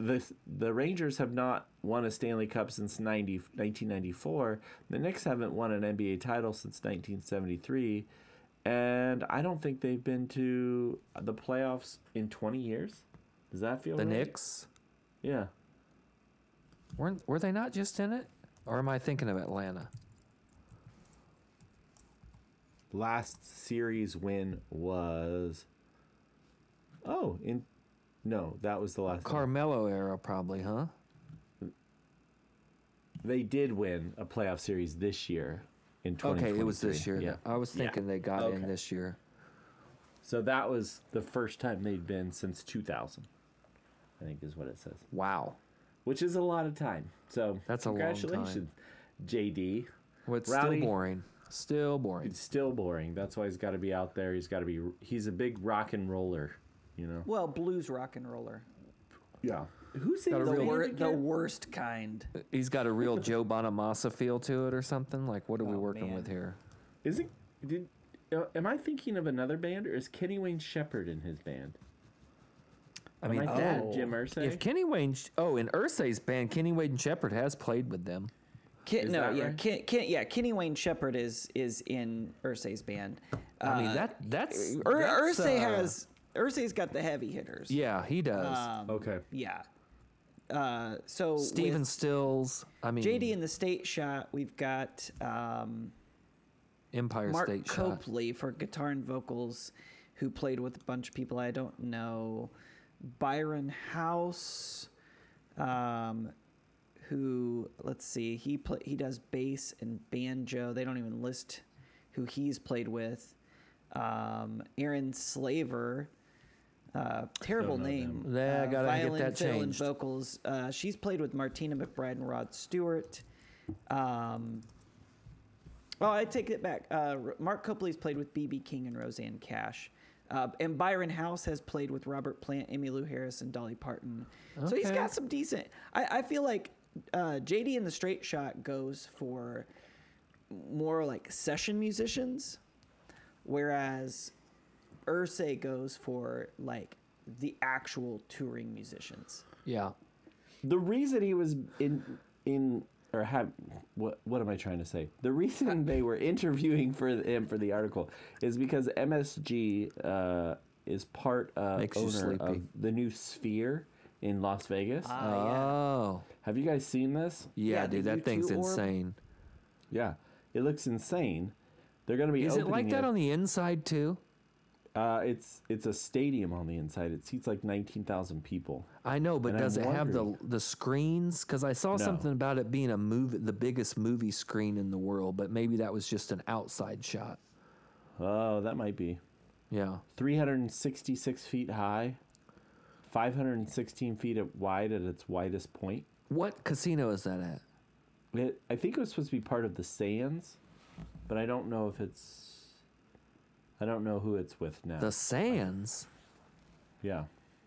Speaker 1: the the Rangers have not won a Stanley Cup since 90, 1994. The Knicks haven't won an NBA title since 1973, and I don't think they've been to the playoffs in 20 years. Does that feel
Speaker 2: The
Speaker 1: right?
Speaker 2: Knicks
Speaker 1: Yeah.
Speaker 2: weren't were they not just in it, or am I thinking of Atlanta?
Speaker 1: Last series win was. Oh, in. No, that was the last. one.
Speaker 2: Carmelo era, probably, huh?
Speaker 1: They did win a playoff series this year in 2023.
Speaker 2: Okay, it was this year.
Speaker 1: Yeah.
Speaker 2: I was
Speaker 1: Yeah.
Speaker 2: thinking they got in
Speaker 1: Okay.
Speaker 2: this year.
Speaker 1: So that was the first time they'd been since 2000, I think is what it says,
Speaker 2: Wow.
Speaker 1: which is a lot of time. So
Speaker 2: That's a long time.
Speaker 1: congratulations, JD.
Speaker 2: Well, it's
Speaker 1: Rowdy.
Speaker 2: still boring. Still boring.
Speaker 1: It's still boring. That's why he's got to be out there. He's got to be. He's a big rock and roller, you know.
Speaker 3: Well, blues rock and roller.
Speaker 1: Yeah. Who sings
Speaker 2: Got a
Speaker 1: the
Speaker 2: real- Uh,
Speaker 1: band
Speaker 3: Wor- the
Speaker 1: again?
Speaker 3: worst kind.
Speaker 2: He's got a real Joe Bonamassa feel to it or something. Like, what are we
Speaker 3: Oh,
Speaker 2: working
Speaker 3: man.
Speaker 2: with here?
Speaker 1: Isn't did? uh, Am I thinking of another band, or is Kenny Wayne Shepherd in his band?
Speaker 2: I
Speaker 1: Am
Speaker 2: mean, oh.
Speaker 1: I
Speaker 2: that.
Speaker 1: that Jim Irsay?
Speaker 2: If Kenny Wayne, oh, in Ursay's band, Kenny Wayne Shepherd has played with them.
Speaker 3: Ken,
Speaker 1: Is
Speaker 3: no,
Speaker 1: that
Speaker 3: yeah,
Speaker 1: right?
Speaker 3: Ken, Ken, yeah. Kenny Wayne Shepherd is is in Ursay's band.
Speaker 2: I mean,
Speaker 3: Uh,
Speaker 2: that that's,
Speaker 3: Ur-
Speaker 2: that's,
Speaker 3: Ursay
Speaker 2: uh,
Speaker 3: has Ursay's got the heavy hitters.
Speaker 2: Yeah, he does.
Speaker 3: Um,
Speaker 1: okay.
Speaker 3: Yeah. Uh, so with
Speaker 2: Steven Stills. I mean,
Speaker 3: JD in the state shot. We've got um,
Speaker 2: Empire
Speaker 3: Mark
Speaker 2: State shot.
Speaker 3: Copley for guitar and vocals, who played with a bunch of people I don't know. Byron House, um, who let's see, he play, he does bass and banjo. They don't even list who he's played with. Um, Aaron Slaver, uh, terrible
Speaker 1: know
Speaker 3: name.
Speaker 2: them. Yeah, I
Speaker 3: uh,
Speaker 2: gotta get
Speaker 3: violin,
Speaker 2: that
Speaker 3: fiddle, and
Speaker 2: changed.
Speaker 3: vocals. Uh, she's played with Martina McBride and Rod Stewart. Um, well, I take it back. Uh, R- Mark Copley's played with BB King and Roseanne Cash. Uh, and Byron House has played with Robert Plant, Emmylou Harris, and Dolly Parton. So he's
Speaker 2: Okay.
Speaker 3: got some decent. I, I feel like uh, JD and the Straight Shot goes for more like session musicians, whereas Ursay goes for like the actual touring musicians.
Speaker 2: Yeah.
Speaker 1: the reason he was in in or have what what am I trying to say? The reason they were interviewing for him for the article is because MSG uh, is part uh,
Speaker 2: Makes you
Speaker 1: owner
Speaker 2: sleepy. Ah.
Speaker 1: of the new Sphere in Las Vegas.
Speaker 2: Oh.
Speaker 1: have you guys seen this?
Speaker 2: Yeah,
Speaker 3: Yeah, the
Speaker 2: dude, that thing's
Speaker 3: U2 orb.
Speaker 2: insane.
Speaker 1: Yeah, it looks insane. They're gonna be
Speaker 2: Is it
Speaker 1: opening
Speaker 2: like that on the inside too?
Speaker 1: uh, it's it's a stadium on the inside. It seats like nineteen thousand people.
Speaker 2: I know, but
Speaker 1: And I'm
Speaker 2: does it have the the screens? Because I saw
Speaker 1: No.
Speaker 2: something about it being a movie, the biggest movie screen in the world, but maybe that was just an outside shot.
Speaker 1: Oh, that might be.
Speaker 2: Yeah,
Speaker 1: 366 feet high, 516 feet at- wide at its widest point.
Speaker 2: what casino is that at?
Speaker 1: It, I think it was supposed to be part of the Sands, but I don't know if it's. I don't know who it's with now.
Speaker 2: The Sands.
Speaker 1: yeah.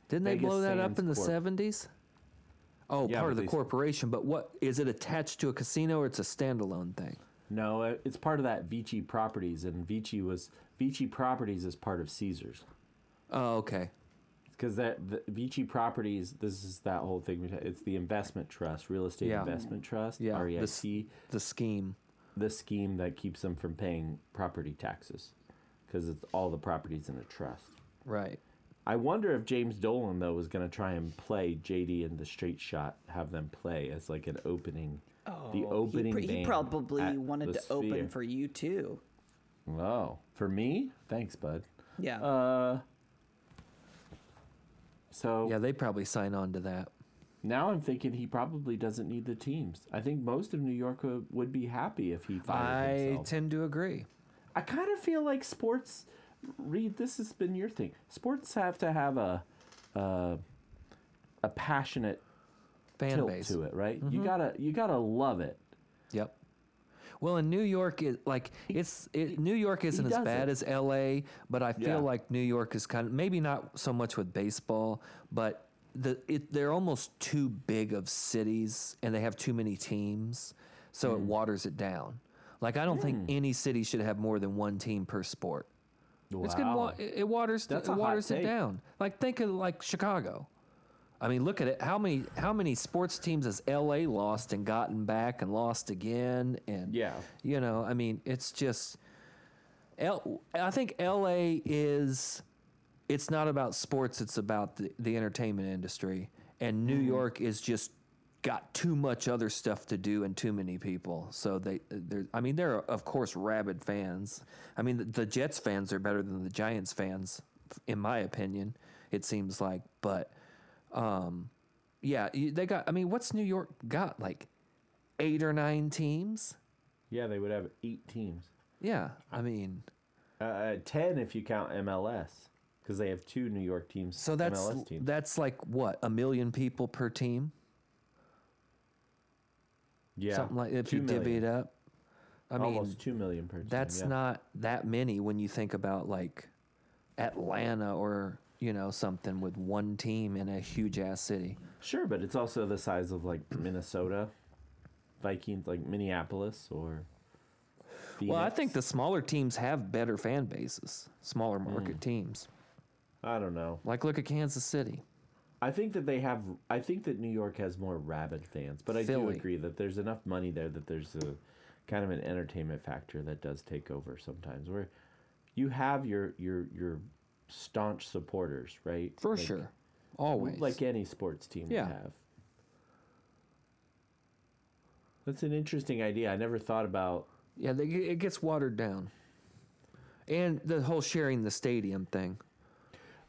Speaker 2: Didn't they
Speaker 1: Vegas
Speaker 2: blow that up
Speaker 1: Sands
Speaker 2: in the
Speaker 1: Corp.
Speaker 2: seventies? Oh,
Speaker 1: Yeah,
Speaker 2: part
Speaker 1: but
Speaker 2: of the
Speaker 1: they-
Speaker 2: corporation. But what is it attached to a casino or it's a standalone thing?
Speaker 1: No, it- it's part of that Vici Properties, and Vici was Vici Properties is part of Caesars.
Speaker 2: Oh, okay.
Speaker 1: because that the Vici Properties, this is that whole thing. we ta- It's the investment trust, real estate
Speaker 2: Yeah.
Speaker 1: investment trust, E
Speaker 2: Yeah, the s-
Speaker 1: REIT,
Speaker 2: The scheme.
Speaker 1: the scheme that keeps them from paying property taxes, because it's all the properties in a trust.
Speaker 2: Right.
Speaker 1: I wonder if James Dolan though was going to try and play JD and the Straight Shot, have them play as like an opening, the opening.
Speaker 3: Oh, he, pr- he
Speaker 1: band
Speaker 3: probably
Speaker 1: at
Speaker 3: wanted
Speaker 1: the
Speaker 3: to open
Speaker 1: Sphere.
Speaker 3: for you too.
Speaker 1: Oh, for me? Thanks, bud.
Speaker 3: Yeah.
Speaker 1: Uh. So
Speaker 2: Yeah, they probably sign on to that.
Speaker 1: Now I'm thinking he probably doesn't need the teams. I think most of New York would, would be happy if he fired
Speaker 2: I
Speaker 1: himself.
Speaker 2: tend to agree.
Speaker 1: I kind of feel like sports. Reed, this has been your thing. Sports have to have a a, a passionate
Speaker 2: Fan
Speaker 1: tilt
Speaker 2: base. Mm-hmm.
Speaker 1: to it, right? You gotta you gotta love it.
Speaker 2: Yep. Well, in New York, it, like it's it, New York isn't as
Speaker 1: does
Speaker 2: bad
Speaker 1: it.
Speaker 2: as L.A., but I feel
Speaker 1: Yeah.
Speaker 2: like New York is kind of maybe not so much with baseball, but the it, they're almost too big of cities, and they have too many teams, so
Speaker 1: Mm.
Speaker 2: it waters it down. Like I don't think any city should have more than one team per sport. It's gonna wa- it it waters
Speaker 1: That's
Speaker 2: it
Speaker 1: a hot
Speaker 2: waters it
Speaker 1: take.
Speaker 2: down. Like think of like Chicago. I mean, look at it. How many how many sports teams has LA lost and gotten back and lost again? And
Speaker 1: Yeah.
Speaker 2: you know, I mean, it's just L- I think LA is it's not about sports, it's about the, the entertainment industry. And New York is just got too much other stuff to do and too many people. So they they're I mean they're of course rabid fans. I mean the, the Jets fans are better than the Giants fans in my opinion. It seems like, but um yeah, you- they got I mean what's New York got like 8 or 9 teams?
Speaker 1: Yeah, they would have eight teams.
Speaker 2: Yeah, I mean
Speaker 1: Uh, Uh, ten if you count MLS, because they have two New York teams.
Speaker 2: So that's
Speaker 1: MLS teams.
Speaker 2: that's like what a million people per team,
Speaker 1: yeah,
Speaker 2: something like if
Speaker 1: two
Speaker 2: you divvy
Speaker 1: million.
Speaker 2: it up. I mean,
Speaker 1: almost two million per team.
Speaker 2: that's
Speaker 1: yeah.
Speaker 2: not that many when you think about like Atlanta or you know something with one team in a huge ass city.
Speaker 1: sure, but it's also the size of like Minnesota Vikings, like Minneapolis or.
Speaker 2: Well, I
Speaker 1: Phoenix.
Speaker 2: think the smaller teams have better fan bases, smaller
Speaker 1: Mm.
Speaker 2: market teams.
Speaker 1: I don't know.
Speaker 2: Like look at Kansas City.
Speaker 1: I think that they have. I think that New York has more rabid fans, but I
Speaker 2: Philly.
Speaker 1: do agree that there's enough money there that there's a kind of an entertainment factor that does take over sometimes. Where you have your your your staunch supporters, right?
Speaker 2: For
Speaker 1: Like-
Speaker 2: sure. Always.
Speaker 1: like any sports team
Speaker 2: Yeah.
Speaker 1: would have. That's an interesting idea. I never thought about.
Speaker 2: Yeah, they, it gets watered down. And the whole sharing the stadium thing.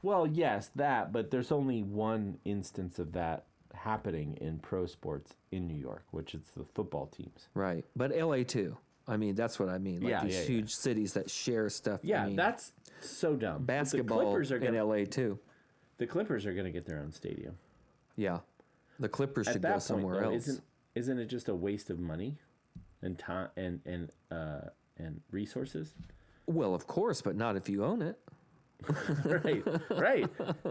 Speaker 1: Well, yes, that, but there's only one instance of that happening in pro sports in New York, which is the football teams.
Speaker 2: Right. But LA too. I mean, that's what I mean. Like
Speaker 1: Yeah,
Speaker 2: these
Speaker 1: yeah, yeah.
Speaker 2: huge cities that share stuff. I
Speaker 1: Yeah,
Speaker 2: mean,
Speaker 1: that's so dumb. But
Speaker 2: basketball
Speaker 1: The Clippers are gonna.
Speaker 2: in LA too.
Speaker 1: the Clippers are gonna get their own stadium.
Speaker 2: Yeah. The Clippers
Speaker 1: At
Speaker 2: should
Speaker 1: that
Speaker 2: go
Speaker 1: point,
Speaker 2: somewhere
Speaker 1: though,
Speaker 2: else.
Speaker 1: isn't isn't it just a waste of money, and time and and uh and resources?
Speaker 2: Well, of course, but not if you own it.
Speaker 1: right, right.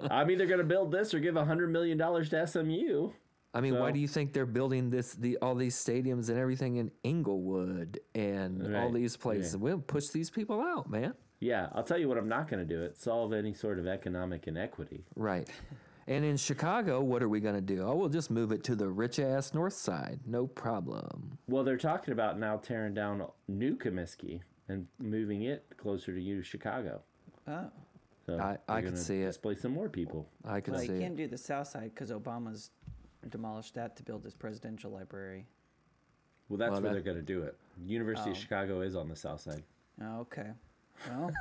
Speaker 1: I'm either gonna build this or give a hundred million dollars to SMU.
Speaker 2: I mean, why
Speaker 1: So-
Speaker 2: do you think they're building this the all these stadiums and everything in Inglewood and all
Speaker 1: Right,
Speaker 2: these places?
Speaker 1: yeah.
Speaker 2: We'll push these people out, man.
Speaker 1: Yeah, I'll tell you what I'm not gonna do. It solve any sort of economic inequity.
Speaker 2: Right. And in Chicago, what are we going to do? Oh, we'll just move it to the rich ass north side. No problem.
Speaker 1: Well, they're talking about now tearing down New Comiskey and moving it closer to you, Chicago.
Speaker 3: Oh,
Speaker 1: So
Speaker 2: I-
Speaker 1: they're
Speaker 2: I could
Speaker 1: gonna
Speaker 2: see it.
Speaker 1: Displace some more people.
Speaker 2: I can
Speaker 3: well,
Speaker 2: see
Speaker 3: you
Speaker 2: it.
Speaker 3: can't do the South Side because Obama's demolished that to build his presidential library.
Speaker 1: Well, Oh. that's where
Speaker 2: Well, that-
Speaker 1: they're going to do it. University of Chicago is on the south side.
Speaker 3: Oh, okay. Well,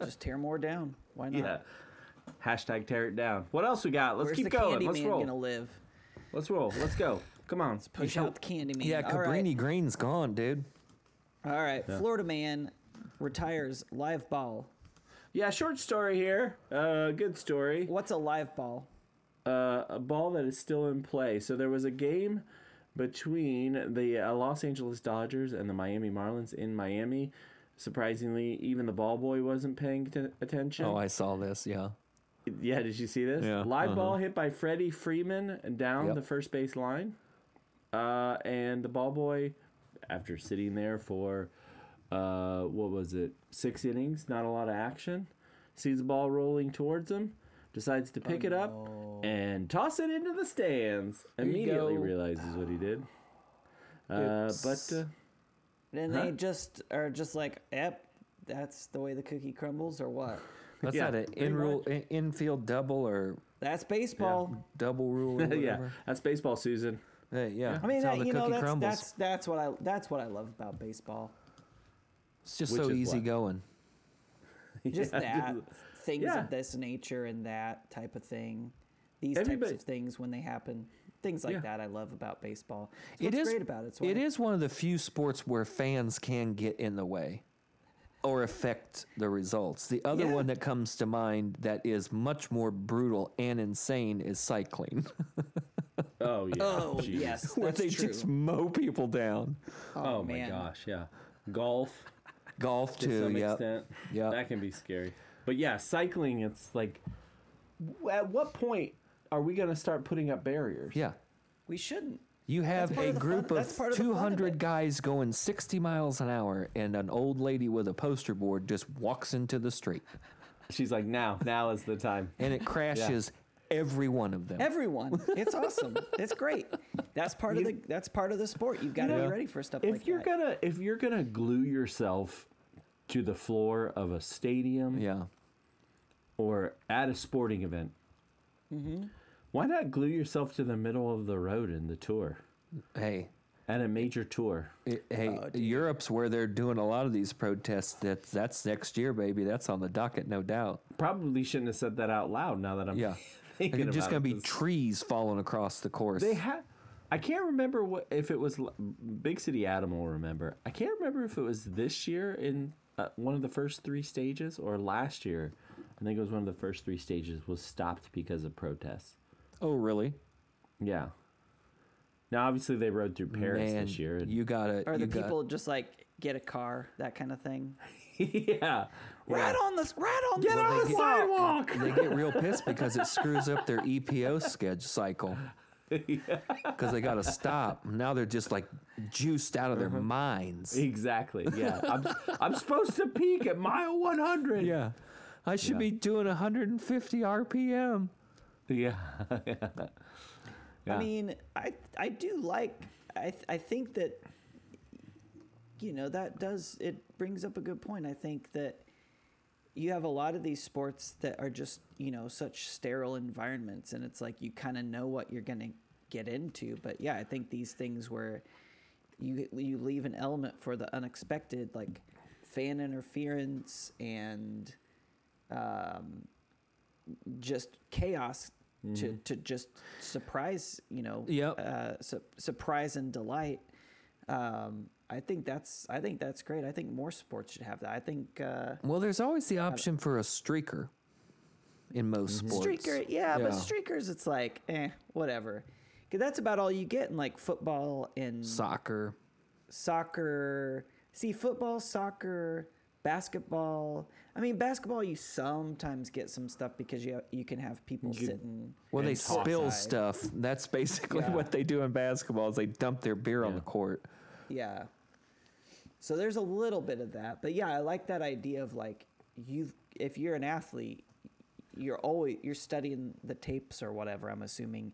Speaker 3: just tear more down. Why not?
Speaker 1: Hashtag tear it down. What else we got? Let's
Speaker 3: Uh-huh. Where's
Speaker 1: keep
Speaker 3: the
Speaker 1: going.
Speaker 3: Candyman
Speaker 1: Let's roll.
Speaker 3: gonna live?
Speaker 1: Let's roll. Let's go. Come on.
Speaker 3: Push out the Candyman.
Speaker 2: Yeah,
Speaker 3: All right.
Speaker 2: Cabrini Green's gone, dude.
Speaker 3: All right, Florida man retires live ball.
Speaker 1: Yeah, short story here. Uh, good story.
Speaker 3: What's a live ball?
Speaker 1: Uh, a ball that is still in play. So there was a game between the uh, Los Angeles Dodgers and the Miami Marlins in Miami. Surprisingly, even the ball boy wasn't paying t- attention.
Speaker 2: Oh, I saw this. Yeah.
Speaker 1: Yeah, did you see this?
Speaker 2: Yeah,
Speaker 1: Live
Speaker 2: uh-huh.
Speaker 1: ball hit by Freddie Freeman down
Speaker 2: Yep.
Speaker 1: the first base line. Uh, and the ball boy, after sitting there for, uh, what was it, six innings, not a lot of action, sees the ball rolling towards him, decides to pick it up,
Speaker 3: Oh
Speaker 1: and toss it into the stands. Immediately
Speaker 2: go.
Speaker 1: realizes what he did. Uh, but, uh,
Speaker 3: Then they just are just like, yep, that's the way the cookie crumbles, or what?
Speaker 2: That's
Speaker 1: Yeah,
Speaker 2: not an
Speaker 1: pretty
Speaker 2: in rule, in, infield double or
Speaker 3: That's baseball.
Speaker 2: double rule. Or
Speaker 1: yeah,
Speaker 2: whatever.
Speaker 1: that's baseball, Susan.
Speaker 2: yeah. Hey, yeah.
Speaker 3: I mean,
Speaker 2: that's how
Speaker 3: that,
Speaker 2: the
Speaker 3: you know,
Speaker 2: cookie
Speaker 3: that's,
Speaker 2: crumbles.
Speaker 3: that's that's what I that's what I love about baseball.
Speaker 2: it's just
Speaker 1: Which
Speaker 2: so
Speaker 1: is
Speaker 2: easy
Speaker 1: what?
Speaker 2: going.
Speaker 3: Just
Speaker 1: Yeah,
Speaker 3: that
Speaker 1: just-
Speaker 3: things
Speaker 1: yeah.
Speaker 3: of this nature and that type of thing. These
Speaker 1: Everybody-
Speaker 3: types of things when they happen, things like
Speaker 1: Yeah.
Speaker 3: that, I love about baseball. It's
Speaker 2: It
Speaker 3: what's
Speaker 2: is
Speaker 3: great about it. It's
Speaker 2: It
Speaker 3: why-
Speaker 2: is one of the few sports where fans can get in the way or affect the results. The other
Speaker 3: Yeah.
Speaker 2: one that comes to mind that is much more brutal and insane is cycling,
Speaker 1: Oh, yeah.
Speaker 3: Oh
Speaker 1: Jesus.
Speaker 3: yes,
Speaker 2: where
Speaker 3: that's
Speaker 2: they
Speaker 3: true.
Speaker 2: just mow people down.
Speaker 1: Oh, my
Speaker 3: man.
Speaker 1: gosh, yeah. Golf.
Speaker 2: Golf
Speaker 1: to
Speaker 2: too.
Speaker 1: some
Speaker 2: yep.
Speaker 1: extent.
Speaker 2: Yep.
Speaker 1: That can be scary. But yeah, cycling, it's like, at what point are we going to start putting up barriers?
Speaker 2: Yeah.
Speaker 3: we shouldn't.
Speaker 2: You have
Speaker 3: part
Speaker 2: a
Speaker 3: of the fun-
Speaker 2: group
Speaker 3: that's part
Speaker 2: of
Speaker 3: of the fun of
Speaker 2: 200
Speaker 3: it.
Speaker 2: guys going 60 miles an hour, and an old lady with a poster board just walks into the street,
Speaker 1: She's like, now, now is the time.
Speaker 2: and it crashes every one of them.
Speaker 3: Everyone, it's awesome. It's great. That's part of the that's part of the sport. You've got to be ready for stuff
Speaker 1: If
Speaker 3: like
Speaker 1: you're
Speaker 3: that.
Speaker 1: gonna if you're gonna glue yourself to the floor of a stadium
Speaker 2: Yeah.
Speaker 1: or at a sporting event.
Speaker 2: Mm-hmm.
Speaker 1: Why not glue yourself to the middle of the road in the tour?
Speaker 2: Hey,
Speaker 1: At a major tour.
Speaker 2: it- hey,
Speaker 1: Oh,
Speaker 2: Europe's where they're doing a lot of these protests. That's that's next year, baby. That's on the docket, no doubt.
Speaker 1: Probably shouldn't have said that out loud now that I'm
Speaker 2: Yeah.
Speaker 1: thinking
Speaker 2: It's just
Speaker 1: about
Speaker 2: gonna
Speaker 1: it.
Speaker 2: be trees falling across the course.
Speaker 1: They had. I can't remember what if it was l- Big City Adam will remember. I can't remember if it was this year in uh, one of the first three stages or last year. I think it was one of the first three stages was stopped because of protests.
Speaker 2: oh, really?
Speaker 1: Yeah. Now obviously they rode through Paris
Speaker 2: Man,
Speaker 1: this year. And,
Speaker 2: you got it.
Speaker 3: Are
Speaker 2: you
Speaker 3: the
Speaker 2: got-
Speaker 3: people just like get a car, that kind of thing?
Speaker 1: yeah.
Speaker 3: Right on this, right on
Speaker 1: Get
Speaker 3: this
Speaker 1: on the sidewalk.
Speaker 2: they get real pissed because it screws up their E EPO schedule cycle. Because they got to stop. Now they're just like juiced out of
Speaker 1: Uh-huh.
Speaker 2: their minds.
Speaker 1: Exactly. Yeah. I'm, I'm supposed to peak at mile 100.
Speaker 2: Yeah. I should be doing 150 RPM.
Speaker 1: Yeah. Yeah.
Speaker 3: I mean, I I do like I th- I think that you know that does it brings up a good point. I think that you have a lot of these sports that are just you know such sterile environments, and it's like you kind of know what you're gonna get into. But yeah, I think these things where you you leave an element for the unexpected, like fan interference and um, just chaos to, to just surprise you know
Speaker 2: Yep.
Speaker 3: uh, su- surprise and delight um, i think that's i think that's great i think more sports should have that i think uh,
Speaker 2: Well, there's always the option for a streaker in most
Speaker 1: Mm-hmm.
Speaker 2: sports.
Speaker 3: streaker yeah, but
Speaker 2: Yeah.
Speaker 3: streakers it's like eh whatever 'Cause that's about all you get in like football and
Speaker 2: Soccer.
Speaker 3: soccer. See, football, soccer, basketball. I mean, basketball, you sometimes get some stuff because you you can have people sitting.
Speaker 2: Well, they
Speaker 1: And toss.
Speaker 2: spill
Speaker 3: Offside.
Speaker 2: stuff. That's basically
Speaker 3: Yeah.
Speaker 2: what they do in basketball is they dump their beer on
Speaker 1: Yeah.
Speaker 2: the court.
Speaker 3: Yeah. So there's a little bit of that, but yeah, I like that idea of like you. If you're an athlete, you're always you're studying the tapes or whatever. I'm assuming.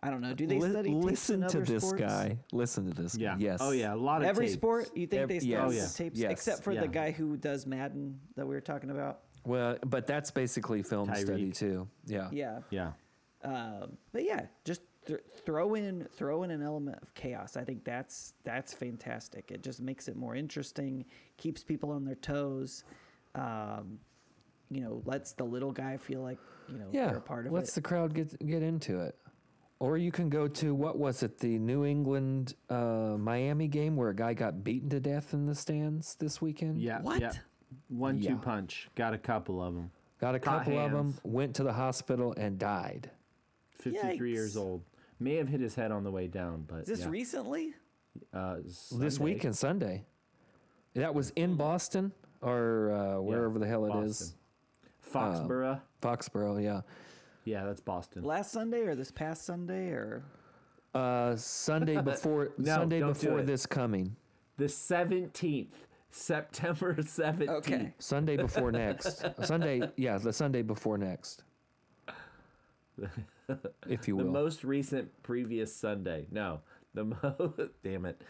Speaker 3: I don't know. Do they
Speaker 2: Li-
Speaker 3: study? tapes
Speaker 2: listen
Speaker 3: in
Speaker 2: to
Speaker 3: other
Speaker 2: this
Speaker 3: sports?
Speaker 2: guy. Listen to this
Speaker 1: Yeah.
Speaker 2: guy. Yes.
Speaker 1: Oh yeah. A lot of
Speaker 3: Every
Speaker 1: tapes.
Speaker 3: sport, you think
Speaker 2: Ev-
Speaker 3: they study
Speaker 2: yes.
Speaker 3: the
Speaker 1: Yes.
Speaker 3: tapes,
Speaker 2: Yes.
Speaker 3: except for
Speaker 1: Yeah.
Speaker 3: the guy who does Madden that we were talking about.
Speaker 2: Well, but that's basically film study
Speaker 1: Tyreek.
Speaker 2: too. Yeah.
Speaker 3: Yeah.
Speaker 1: Yeah.
Speaker 3: Um, but yeah, just th- throw in throw in an element of chaos. I think that's that's fantastic. It just makes it more interesting, keeps people on their toes. Um, you know, lets the little guy feel like you know
Speaker 2: Yeah.
Speaker 3: they're a part of
Speaker 2: Let's
Speaker 3: it.
Speaker 2: the crowd get get into it. Or you can go to what was it, the New England uh, Miami game where a guy got beaten to death in the stands this weekend?
Speaker 1: Yeah.
Speaker 3: What?
Speaker 1: yeah. One
Speaker 2: Yeah.
Speaker 1: two punch. Got a couple of them.
Speaker 2: Got a
Speaker 1: Hot
Speaker 2: couple of them,
Speaker 1: hands.
Speaker 2: went to the hospital and died.
Speaker 1: 53 years
Speaker 3: Yikes.
Speaker 1: old. May have hit his head on the way down, but
Speaker 3: Is this
Speaker 1: yeah.
Speaker 3: recently?
Speaker 1: uh,
Speaker 2: This
Speaker 1: Sunday.
Speaker 2: weekend, Sunday. That was in Boston or uh, wherever the hell it is.
Speaker 3: Oh.
Speaker 1: Boston. Foxborough.
Speaker 2: Foxborough, yeah.
Speaker 1: yeah, that's Boston.
Speaker 3: Last Sunday or this past Sunday or
Speaker 2: Uh, Sunday before
Speaker 1: No,
Speaker 2: Sunday
Speaker 1: don't do
Speaker 2: before
Speaker 1: it.
Speaker 2: this coming.
Speaker 1: The seventeenth, September seventeenth.
Speaker 3: okay?
Speaker 2: Sunday before next. Sunday, yeah, the Sunday before next. If you
Speaker 1: The
Speaker 2: will.
Speaker 1: most recent previous Sunday. No, the mo. Damn it.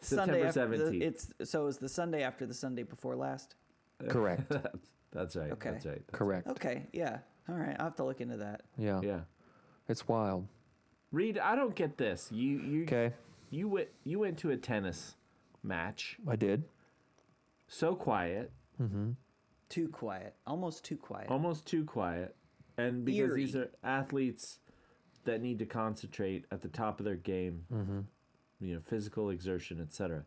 Speaker 3: Sunday
Speaker 1: September
Speaker 3: after the-
Speaker 1: seventeenth.
Speaker 3: it's so is the Sunday after the Sunday before last.
Speaker 2: correct.
Speaker 1: That's right.
Speaker 3: Okay.
Speaker 1: That's right.
Speaker 2: Correct.
Speaker 3: Okay, yeah, all right. I'll have to look into that.
Speaker 2: Yeah.
Speaker 1: Yeah.
Speaker 2: It's wild.
Speaker 1: Reed, I don't get this. You you
Speaker 2: Okay.
Speaker 1: you went you went to a tennis match.
Speaker 2: I did.
Speaker 1: So quiet,
Speaker 3: Too quiet, almost too quiet.
Speaker 2: Oh.
Speaker 1: almost too quiet, and because these
Speaker 3: Eerie.
Speaker 1: are athletes that need to concentrate at the top of their game,
Speaker 3: Mm-hmm.
Speaker 1: you know, physical exertion, etc.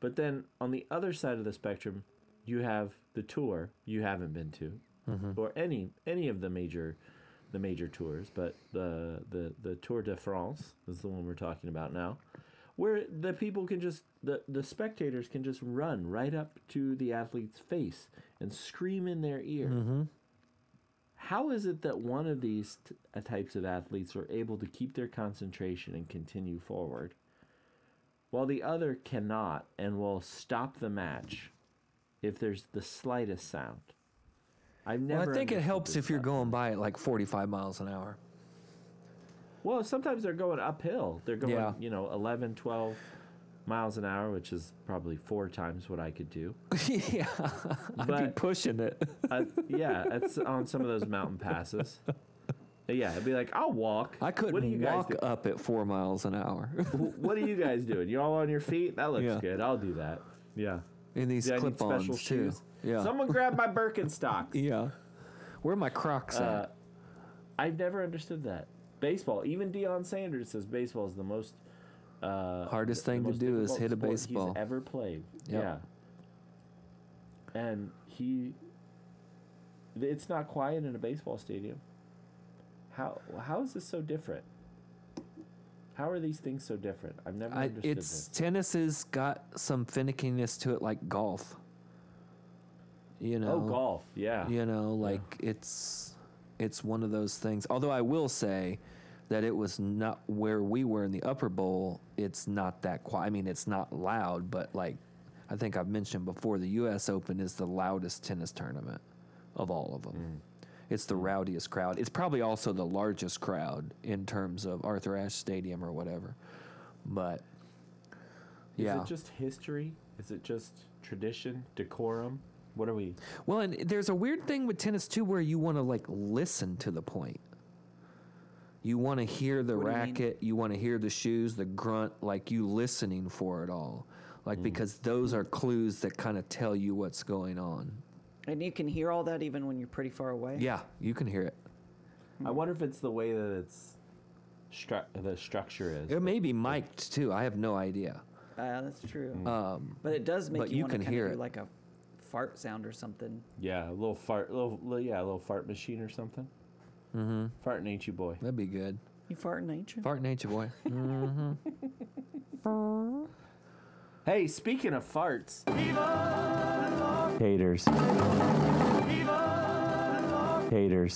Speaker 1: But then on the other side of the spectrum, you have the tour you haven't been to,
Speaker 3: Mm-hmm.
Speaker 1: or any any of the major the major tours, but the the the Tour de France is the one we're talking about now, where the people can just the the spectators can just run right up to the athlete's face and scream in their ear. How is it that one of these t- uh, types of athletes are able to keep their concentration and continue forward, while the other cannot and will stop the match if there's the slightest sound? I've never.
Speaker 2: Well, I think it
Speaker 1: understood
Speaker 2: helps
Speaker 1: this
Speaker 2: if you're
Speaker 1: stuff.
Speaker 2: going by at like 45 miles an hour.
Speaker 1: Well, sometimes they're going uphill. They're going,
Speaker 2: Yeah.
Speaker 1: you know, 11, 12, miles an hour, which is probably four times what I could do.
Speaker 2: yeah, I'd be
Speaker 1: But-
Speaker 2: pushing it.
Speaker 1: Uh, yeah, it's on some of those mountain passes. Yeah, it'd be like I'll walk.
Speaker 2: I
Speaker 1: What do you
Speaker 2: couldn't
Speaker 1: guys
Speaker 2: walk
Speaker 1: do?
Speaker 2: up at four miles an hour
Speaker 1: Wh- what are you guys doing? You all on your feet? That looks
Speaker 2: Yeah.
Speaker 1: good. I'll do that. Yeah.
Speaker 2: in these
Speaker 1: Do I need
Speaker 2: clip-ons
Speaker 1: special
Speaker 2: too.
Speaker 1: shoes?
Speaker 2: Yeah,
Speaker 1: Someone grab my Birkenstock.
Speaker 2: yeah. Where are my Crocs
Speaker 1: Uh,
Speaker 2: at?
Speaker 1: I've never understood that. Baseball. Even Deion Sanders says baseball is the most uh,
Speaker 2: Hardest
Speaker 1: the
Speaker 2: thing to
Speaker 1: most
Speaker 2: do is
Speaker 1: difficult
Speaker 2: hit a
Speaker 1: sport
Speaker 2: baseball.
Speaker 1: he's ever played.
Speaker 2: Yep.
Speaker 1: Yeah. And he, it's not quiet in a baseball stadium. How how is this so different? How are these things so different? I've never
Speaker 2: I,
Speaker 1: understood
Speaker 2: it's tennis has got some finickiness to it, like golf. You
Speaker 1: this.
Speaker 2: know,
Speaker 1: Oh, golf. Yeah.
Speaker 2: you know like it's it's one of those things although i will say that it was not where we were in the upper bowl it's not that quiet i mean it's not loud but like i think i've mentioned before the us open is the loudest tennis tournament of all of them
Speaker 1: Mm.
Speaker 2: it's the rowdiest crowd it's probably also the largest crowd in terms of arthur ashe stadium or whatever but
Speaker 1: Is
Speaker 2: yeah
Speaker 1: it just history? Is it just tradition, decorum? What are we?
Speaker 2: Well, and there's a weird thing with tennis too, where you want to like listen to the point. You want to hear the
Speaker 3: What do you mean?
Speaker 2: racket. You want to hear the shoes, the grunt. Like you listening for it all, like
Speaker 3: Hmm.
Speaker 2: because those are clues that kind of tell you what's going on.
Speaker 3: And you can hear all that even when you're pretty far away.
Speaker 2: Yeah, you can hear it.
Speaker 1: I wonder if it's the way that it's stru- the structure is.
Speaker 2: It may be mic'd too. I have no idea.
Speaker 3: Uh, that's true.
Speaker 2: Um,
Speaker 3: but it does make
Speaker 2: but
Speaker 3: you,
Speaker 2: you
Speaker 3: want to
Speaker 2: can
Speaker 3: kind
Speaker 2: hear
Speaker 3: of
Speaker 2: it.
Speaker 3: do like a fart sound or something.
Speaker 1: Yeah, a little fart, little, little yeah, a little fart machine or something. Mm-hmm. Farting ain't you, boy.
Speaker 2: that'd be good.
Speaker 3: You farting, ain't you?
Speaker 2: Fart nature boy.
Speaker 1: Hey, speaking of farts, haters, haters,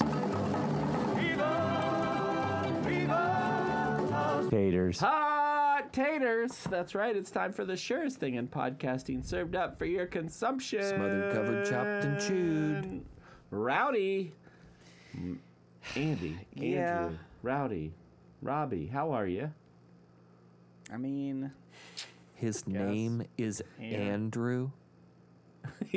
Speaker 1: haters, hot taters. That's right. It's time for the surest thing in podcasting, served up for your consumption,
Speaker 2: Smothered, covered, chopped, and chewed.
Speaker 1: Rowdy, M- Andy,
Speaker 3: Yeah.
Speaker 1: Andrew, Rowdy, Robbie. How are you?
Speaker 3: I mean,
Speaker 2: His name is Andrew.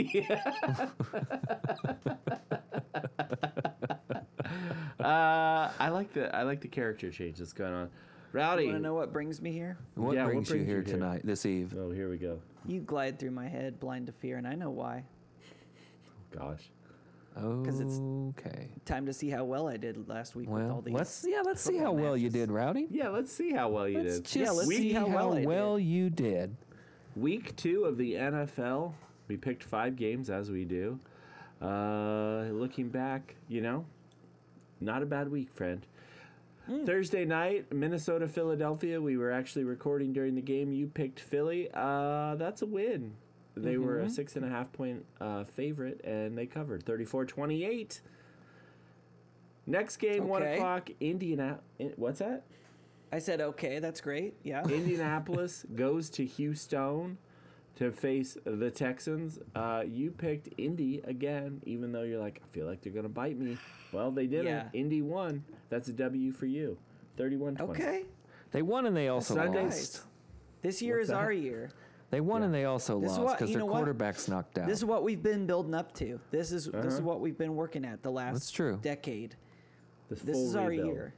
Speaker 1: Uh, I like the I like the character change that's going on. Rowdy.
Speaker 3: want to know what brings me here?
Speaker 2: What
Speaker 1: Yeah, what
Speaker 2: brings you
Speaker 1: brings you
Speaker 2: here
Speaker 1: here?
Speaker 2: tonight, this eve?
Speaker 1: Oh, here we go.
Speaker 3: You glide through my head, blind to fear, and I know why.
Speaker 1: Gosh.
Speaker 2: Oh,
Speaker 3: it's-
Speaker 2: okay.
Speaker 3: Time to see how well I did last week with all
Speaker 2: Well,
Speaker 3: these.
Speaker 2: let's yeah, let's see how
Speaker 3: football
Speaker 2: well you
Speaker 3: matches.
Speaker 2: did, Rowdy.
Speaker 1: Yeah, let's see how well you
Speaker 2: Let's
Speaker 1: did.
Speaker 2: just
Speaker 3: Yeah, let's
Speaker 2: see, how, well,
Speaker 3: I did.
Speaker 2: you did.
Speaker 1: Week two of the NFL. We picked five games as we do. Uh, looking back, you know, not a bad week, friend. Thursday night, Minnesota, Philadelphia. We were actually recording during the game. You picked Philly. Uh, that's a win. They were a six and a half point uh, favorite, and they covered 34 28. Next game, one
Speaker 3: Okay.
Speaker 1: o'clock, Indiana. in- What's that?
Speaker 3: I said, okay, that's great. Yeah.
Speaker 1: Indianapolis goes to Houston to face the Texans. Uh, you picked Indy again, even though you're like, I feel like they're going to bite me. Well, they didn't.
Speaker 3: Yeah.
Speaker 1: Indy won. That's a W for you. 31 20.
Speaker 3: Okay.
Speaker 2: They won and they also
Speaker 1: Sunday-
Speaker 2: lost.
Speaker 3: This year
Speaker 1: What's
Speaker 3: is
Speaker 1: that?
Speaker 3: our year.
Speaker 2: They won and they also
Speaker 3: This is
Speaker 2: lost
Speaker 3: what-
Speaker 2: because
Speaker 3: you
Speaker 2: their
Speaker 3: know what?
Speaker 2: quarterback's knocked out.
Speaker 3: This is what we've been building up to. This is this is what we've been working at the last
Speaker 2: Uh-huh. That's true.
Speaker 3: decade.
Speaker 1: The
Speaker 3: This
Speaker 1: full
Speaker 3: is our
Speaker 1: rebuild.
Speaker 3: year.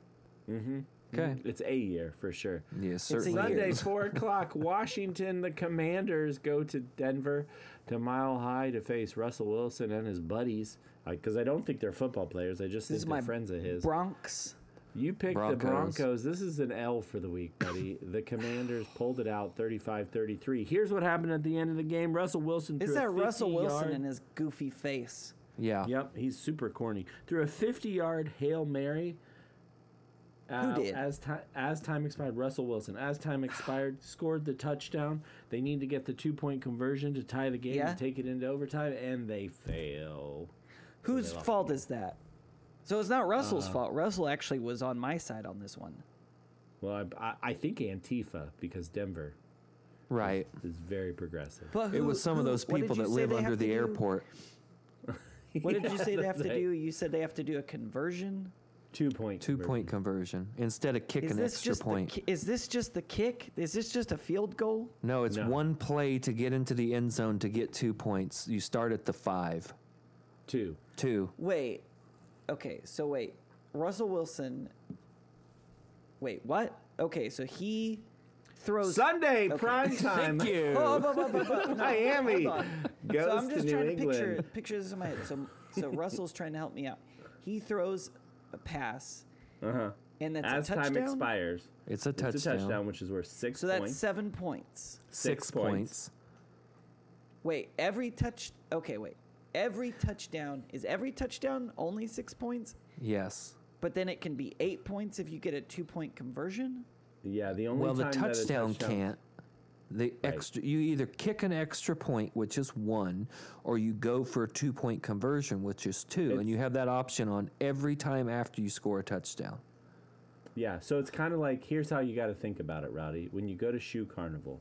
Speaker 2: okay.
Speaker 1: It's a year for sure.
Speaker 2: Yes,
Speaker 3: a
Speaker 2: certainly.
Speaker 3: year.
Speaker 1: Sunday,
Speaker 2: is.
Speaker 1: 4 o'clock, Washington. The Commanders go to Denver to Mile High to face Russell Wilson and his buddies. Because I don't think they're football players. I just
Speaker 3: This is
Speaker 1: think they're
Speaker 3: my
Speaker 1: friends of his.
Speaker 3: Bronx.
Speaker 1: You picked the
Speaker 2: Broncos.
Speaker 1: Broncos. This is an L for the week, buddy. the Commanders pulled it out 35 33. Here's what happened at the end of the game Russell Wilson
Speaker 3: It's
Speaker 1: threw a
Speaker 3: that Russell
Speaker 1: 50
Speaker 3: Wilson
Speaker 1: yard-
Speaker 3: and his goofy face.
Speaker 2: Yeah.
Speaker 1: Yep, he's super corny. Threw a 50 yard Hail Mary. Uh,
Speaker 3: did?
Speaker 1: As, ti- as time expired, Russell Wilson, as time expired, scored the touchdown. They need to get the two point conversion to tie the game
Speaker 3: Yeah.
Speaker 1: and take it into overtime, and they fail.
Speaker 3: Whose fault is that? So it's not Russell's
Speaker 2: Uh-huh.
Speaker 3: fault. Russell actually was on my side on this one.
Speaker 1: Well, I, I, I think Antifa, because Denver
Speaker 2: Right.
Speaker 1: is very progressive.
Speaker 3: But
Speaker 2: It
Speaker 3: who-
Speaker 2: was some of
Speaker 3: who-
Speaker 2: those
Speaker 3: what did
Speaker 2: people
Speaker 3: you
Speaker 2: that
Speaker 3: say
Speaker 2: live
Speaker 3: they
Speaker 2: under
Speaker 3: have to
Speaker 2: the
Speaker 3: do?
Speaker 2: airport.
Speaker 3: What did you say they have to
Speaker 1: They-
Speaker 3: do? You said they have to do a conversion.
Speaker 1: Two point.
Speaker 2: Two point conversion instead of kick
Speaker 3: Is
Speaker 2: an
Speaker 3: this
Speaker 2: extra
Speaker 3: just
Speaker 2: point.
Speaker 3: the? ki- Is this just the kick? Is this just a field goal?
Speaker 2: No, it's
Speaker 1: No.
Speaker 2: one play to get into the end zone to get two points. You start at the five.
Speaker 1: Two.
Speaker 2: Two.
Speaker 3: Wait. Okay, so wait. Russell Wilson. Wait, what? Okay, so he throws.
Speaker 5: Sunday
Speaker 3: Okay.
Speaker 5: prime time.
Speaker 2: Thank you.
Speaker 3: Oh, bu- bu- bu- bu-
Speaker 5: Miami
Speaker 3: hold on.
Speaker 5: goes
Speaker 3: so I'm
Speaker 5: to
Speaker 3: just
Speaker 5: New
Speaker 3: trying
Speaker 5: England.
Speaker 3: to picture, picture this in my head. So, so Russell's trying to help me out. He throws a pass,
Speaker 1: Uh huh.
Speaker 3: and that's
Speaker 1: As
Speaker 3: a
Speaker 1: time
Speaker 3: touchdown.
Speaker 1: expires,
Speaker 2: It's a touchdown.
Speaker 1: it's a touchdown, which is worth six
Speaker 3: So that's
Speaker 1: points.
Speaker 3: seven points.
Speaker 2: Six,
Speaker 1: six
Speaker 2: points.
Speaker 1: points.
Speaker 3: Wait, every touch. Okay, wait. Every touchdown is every touchdown only six points,
Speaker 2: Yes.
Speaker 3: but then it can be eight points if you get a two-point conversion.
Speaker 1: yeah, the only
Speaker 2: Well, the
Speaker 1: time that a
Speaker 2: touchdown
Speaker 1: touchdown-
Speaker 2: can't. The extra, you either kick an extra point, which is one, or you go for a two-point conversion, which is two, and
Speaker 1: It's-
Speaker 2: you have that option on every time after you score a touchdown.
Speaker 1: Yeah, so it's kind of like here's how you got to think about it, Rowdy. When you go to shoe carnival,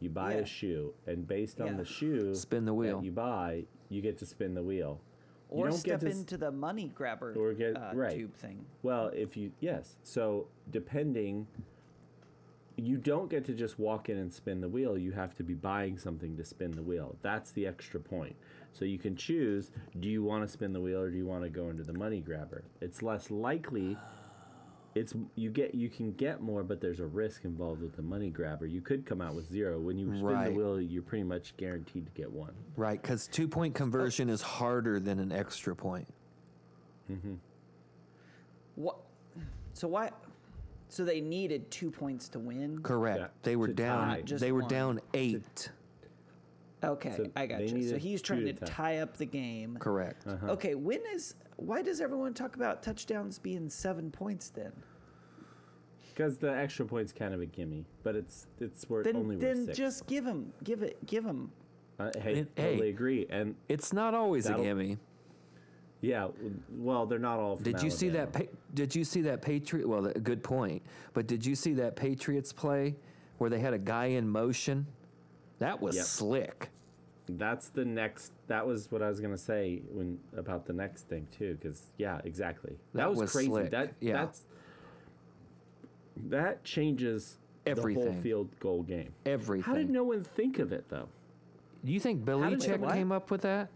Speaker 1: you buy
Speaker 3: Yeah.
Speaker 1: a shoe, and based on
Speaker 3: Yeah.
Speaker 1: the shoe
Speaker 2: Spin the wheel.
Speaker 1: that you buy, you get to spin the wheel. you
Speaker 3: or
Speaker 1: don't get
Speaker 3: step
Speaker 1: to s-
Speaker 3: into the money grabber
Speaker 1: Or get-
Speaker 3: uh,
Speaker 1: right.
Speaker 3: tube thing.
Speaker 1: Well, if you yes, so depending, you don't get to just walk in and spin the wheel. You have to be buying something to spin the wheel. That's the extra point. So you can choose: do you want to spin the wheel or do you want to go into the money grabber? It's less likely. It's you get you can get more, but there's a risk involved with the money grabber. You could come out with zero when you spin
Speaker 2: Right.
Speaker 1: the wheel. You're pretty much guaranteed to get one.
Speaker 2: Right, because two-point conversion is harder than an extra point.
Speaker 3: What? So why? So they needed two points to win.
Speaker 2: Correct.
Speaker 1: Yeah,
Speaker 2: They were
Speaker 1: to tie.
Speaker 2: down.
Speaker 3: Just
Speaker 2: They were
Speaker 3: one.
Speaker 2: down eight.
Speaker 3: Okay,
Speaker 1: So
Speaker 3: I got
Speaker 1: they
Speaker 3: you. So
Speaker 1: needed
Speaker 3: he's
Speaker 1: two
Speaker 3: trying to
Speaker 1: to Uh-huh. tie.
Speaker 3: tie up the game.
Speaker 2: Correct.
Speaker 3: Okay, when is? Why does everyone talk about touchdowns being seven points then?
Speaker 1: Because the extra point's kind of a gimme, but it's it's worth only
Speaker 3: Then,
Speaker 1: worth
Speaker 3: then
Speaker 1: six.
Speaker 3: just give him, give it, give him.
Speaker 1: Uh, hey,
Speaker 2: It- hey.
Speaker 1: totally agree. And
Speaker 2: It's not always a
Speaker 1: That'll-
Speaker 2: gimme.
Speaker 1: yeah, w- well, they're not all. From
Speaker 2: Did you see that?
Speaker 1: Alabama.
Speaker 2: Pa- did you see that Patriot? Well, a good point. But did you see that Patriots play where they had a guy in motion? That was
Speaker 1: Yep.
Speaker 2: slick.
Speaker 1: That's the next. That was what I was gonna say when about the next thing too. Because yeah, exactly. That,
Speaker 2: That
Speaker 1: was,
Speaker 2: was
Speaker 1: crazy.
Speaker 2: slick,
Speaker 1: That
Speaker 2: yeah.
Speaker 1: that's that changes the
Speaker 2: Everything.
Speaker 1: whole field goal game.
Speaker 2: Everything.
Speaker 1: How did no one think of it though?
Speaker 2: you think
Speaker 1: did they-
Speaker 2: Belichick
Speaker 1: what?
Speaker 2: came up with that?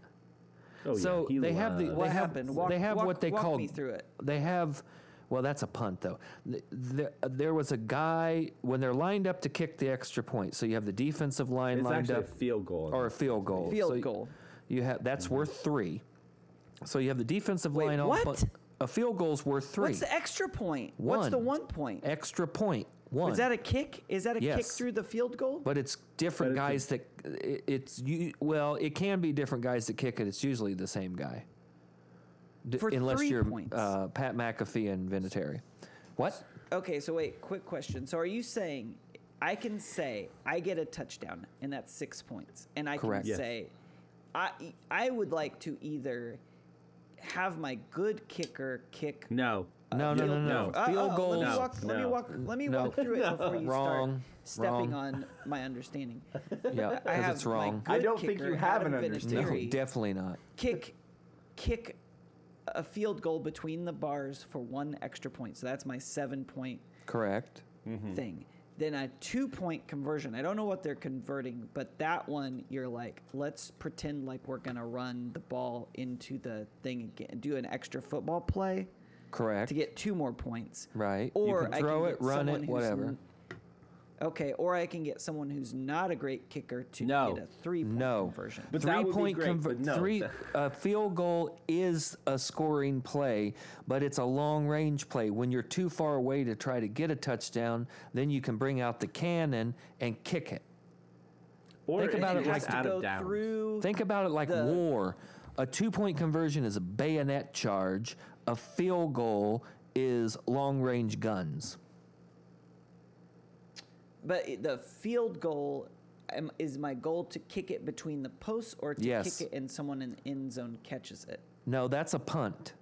Speaker 1: Oh
Speaker 2: so
Speaker 1: yeah, he
Speaker 2: they have the
Speaker 1: loved-
Speaker 2: they
Speaker 3: What
Speaker 2: have-
Speaker 3: happened? Walk-
Speaker 2: they have
Speaker 3: walk-
Speaker 2: what they
Speaker 3: walk
Speaker 2: called
Speaker 3: me through it.
Speaker 2: They have. Well, that's a punt though. Th- There, there was a guy when they're lined up to kick the extra point. So you have the defensive line
Speaker 1: it's
Speaker 2: lined
Speaker 1: actually
Speaker 2: up
Speaker 1: a Mm-hmm. field goal.
Speaker 2: or a field goal.
Speaker 3: Field
Speaker 2: So y-
Speaker 3: goal.
Speaker 2: You have that's worth three. So you have the defensive
Speaker 3: Wait,
Speaker 2: line. all
Speaker 3: what?
Speaker 2: punt- a field goal's worth three.
Speaker 3: What's the extra point? What's the one point?
Speaker 2: Extra point. One.
Speaker 3: Is that a kick? Is that a kick
Speaker 2: Yes.
Speaker 3: through the field goal?
Speaker 2: but it's different
Speaker 1: But
Speaker 2: guys that it- it's you. Well, it can be different guys that kick it. It's usually the same guy. D-
Speaker 3: For
Speaker 2: unless
Speaker 3: three
Speaker 2: you're
Speaker 3: points.
Speaker 2: Uh, Pat McAfee and Vinatieri. What?
Speaker 3: Okay, so wait, quick question. So are you saying I can say I get a touchdown and that's six points, and I
Speaker 2: Correct.
Speaker 3: can
Speaker 2: Yes.
Speaker 3: say I I would like to either have my good kicker kick.
Speaker 1: no,
Speaker 2: No, no, no,
Speaker 3: field-
Speaker 2: no.
Speaker 1: no.
Speaker 3: Uh,
Speaker 2: Field
Speaker 3: uh,
Speaker 2: goals.
Speaker 3: Let me
Speaker 1: No,
Speaker 3: walk. Let me
Speaker 1: no.
Speaker 3: walk. Let me
Speaker 2: No.
Speaker 3: walk through it before you
Speaker 2: Wrong,
Speaker 3: start stepping
Speaker 2: wrong.
Speaker 3: on my understanding.
Speaker 2: Yeah,
Speaker 3: I
Speaker 2: because
Speaker 3: have
Speaker 2: it's wrong.
Speaker 3: My
Speaker 5: I
Speaker 3: good
Speaker 5: don't think
Speaker 3: kicker,
Speaker 5: you have
Speaker 3: Adam
Speaker 5: an
Speaker 2: No,
Speaker 5: understanding.
Speaker 3: Vinatieri,
Speaker 2: definitely not.
Speaker 3: kick, kick a field goal between the bars for one extra point. So that's my seven point
Speaker 2: Correct.
Speaker 3: thing. Then a two point conversion. I don't know what they're converting, but that one you're like, let's pretend like we're gonna run the ball into the thing again, do an extra football play
Speaker 2: Correct.
Speaker 3: to get two more points.
Speaker 2: Right. You
Speaker 3: Or
Speaker 2: can
Speaker 3: I
Speaker 2: throw
Speaker 3: can
Speaker 2: it,
Speaker 3: get
Speaker 2: run it,
Speaker 3: someone who's
Speaker 2: whatever.
Speaker 3: n- Okay, or I can get someone who's not a great kicker to
Speaker 1: No.
Speaker 3: get a three point
Speaker 2: no
Speaker 3: conversion.
Speaker 1: But
Speaker 2: three
Speaker 1: that would be
Speaker 2: point
Speaker 1: great,
Speaker 2: conver-
Speaker 1: but no.
Speaker 2: three a field goal is a scoring play, but it's a long range play. When you're too far away to try to get a touchdown, then you can bring out the cannon and kick it.
Speaker 1: or
Speaker 2: Think
Speaker 1: if
Speaker 2: about
Speaker 1: you
Speaker 2: it
Speaker 1: just
Speaker 2: like
Speaker 3: to
Speaker 1: out
Speaker 3: go
Speaker 1: of down.
Speaker 3: through
Speaker 2: Think about it like
Speaker 3: The-
Speaker 2: war. A two point conversion is a bayonet charge. A field goal is long range guns.
Speaker 3: But it- the field goal am, is my goal to kick it between the posts or to
Speaker 2: Yes.
Speaker 3: kick it and someone in the end zone catches it.
Speaker 2: No, that's a punt.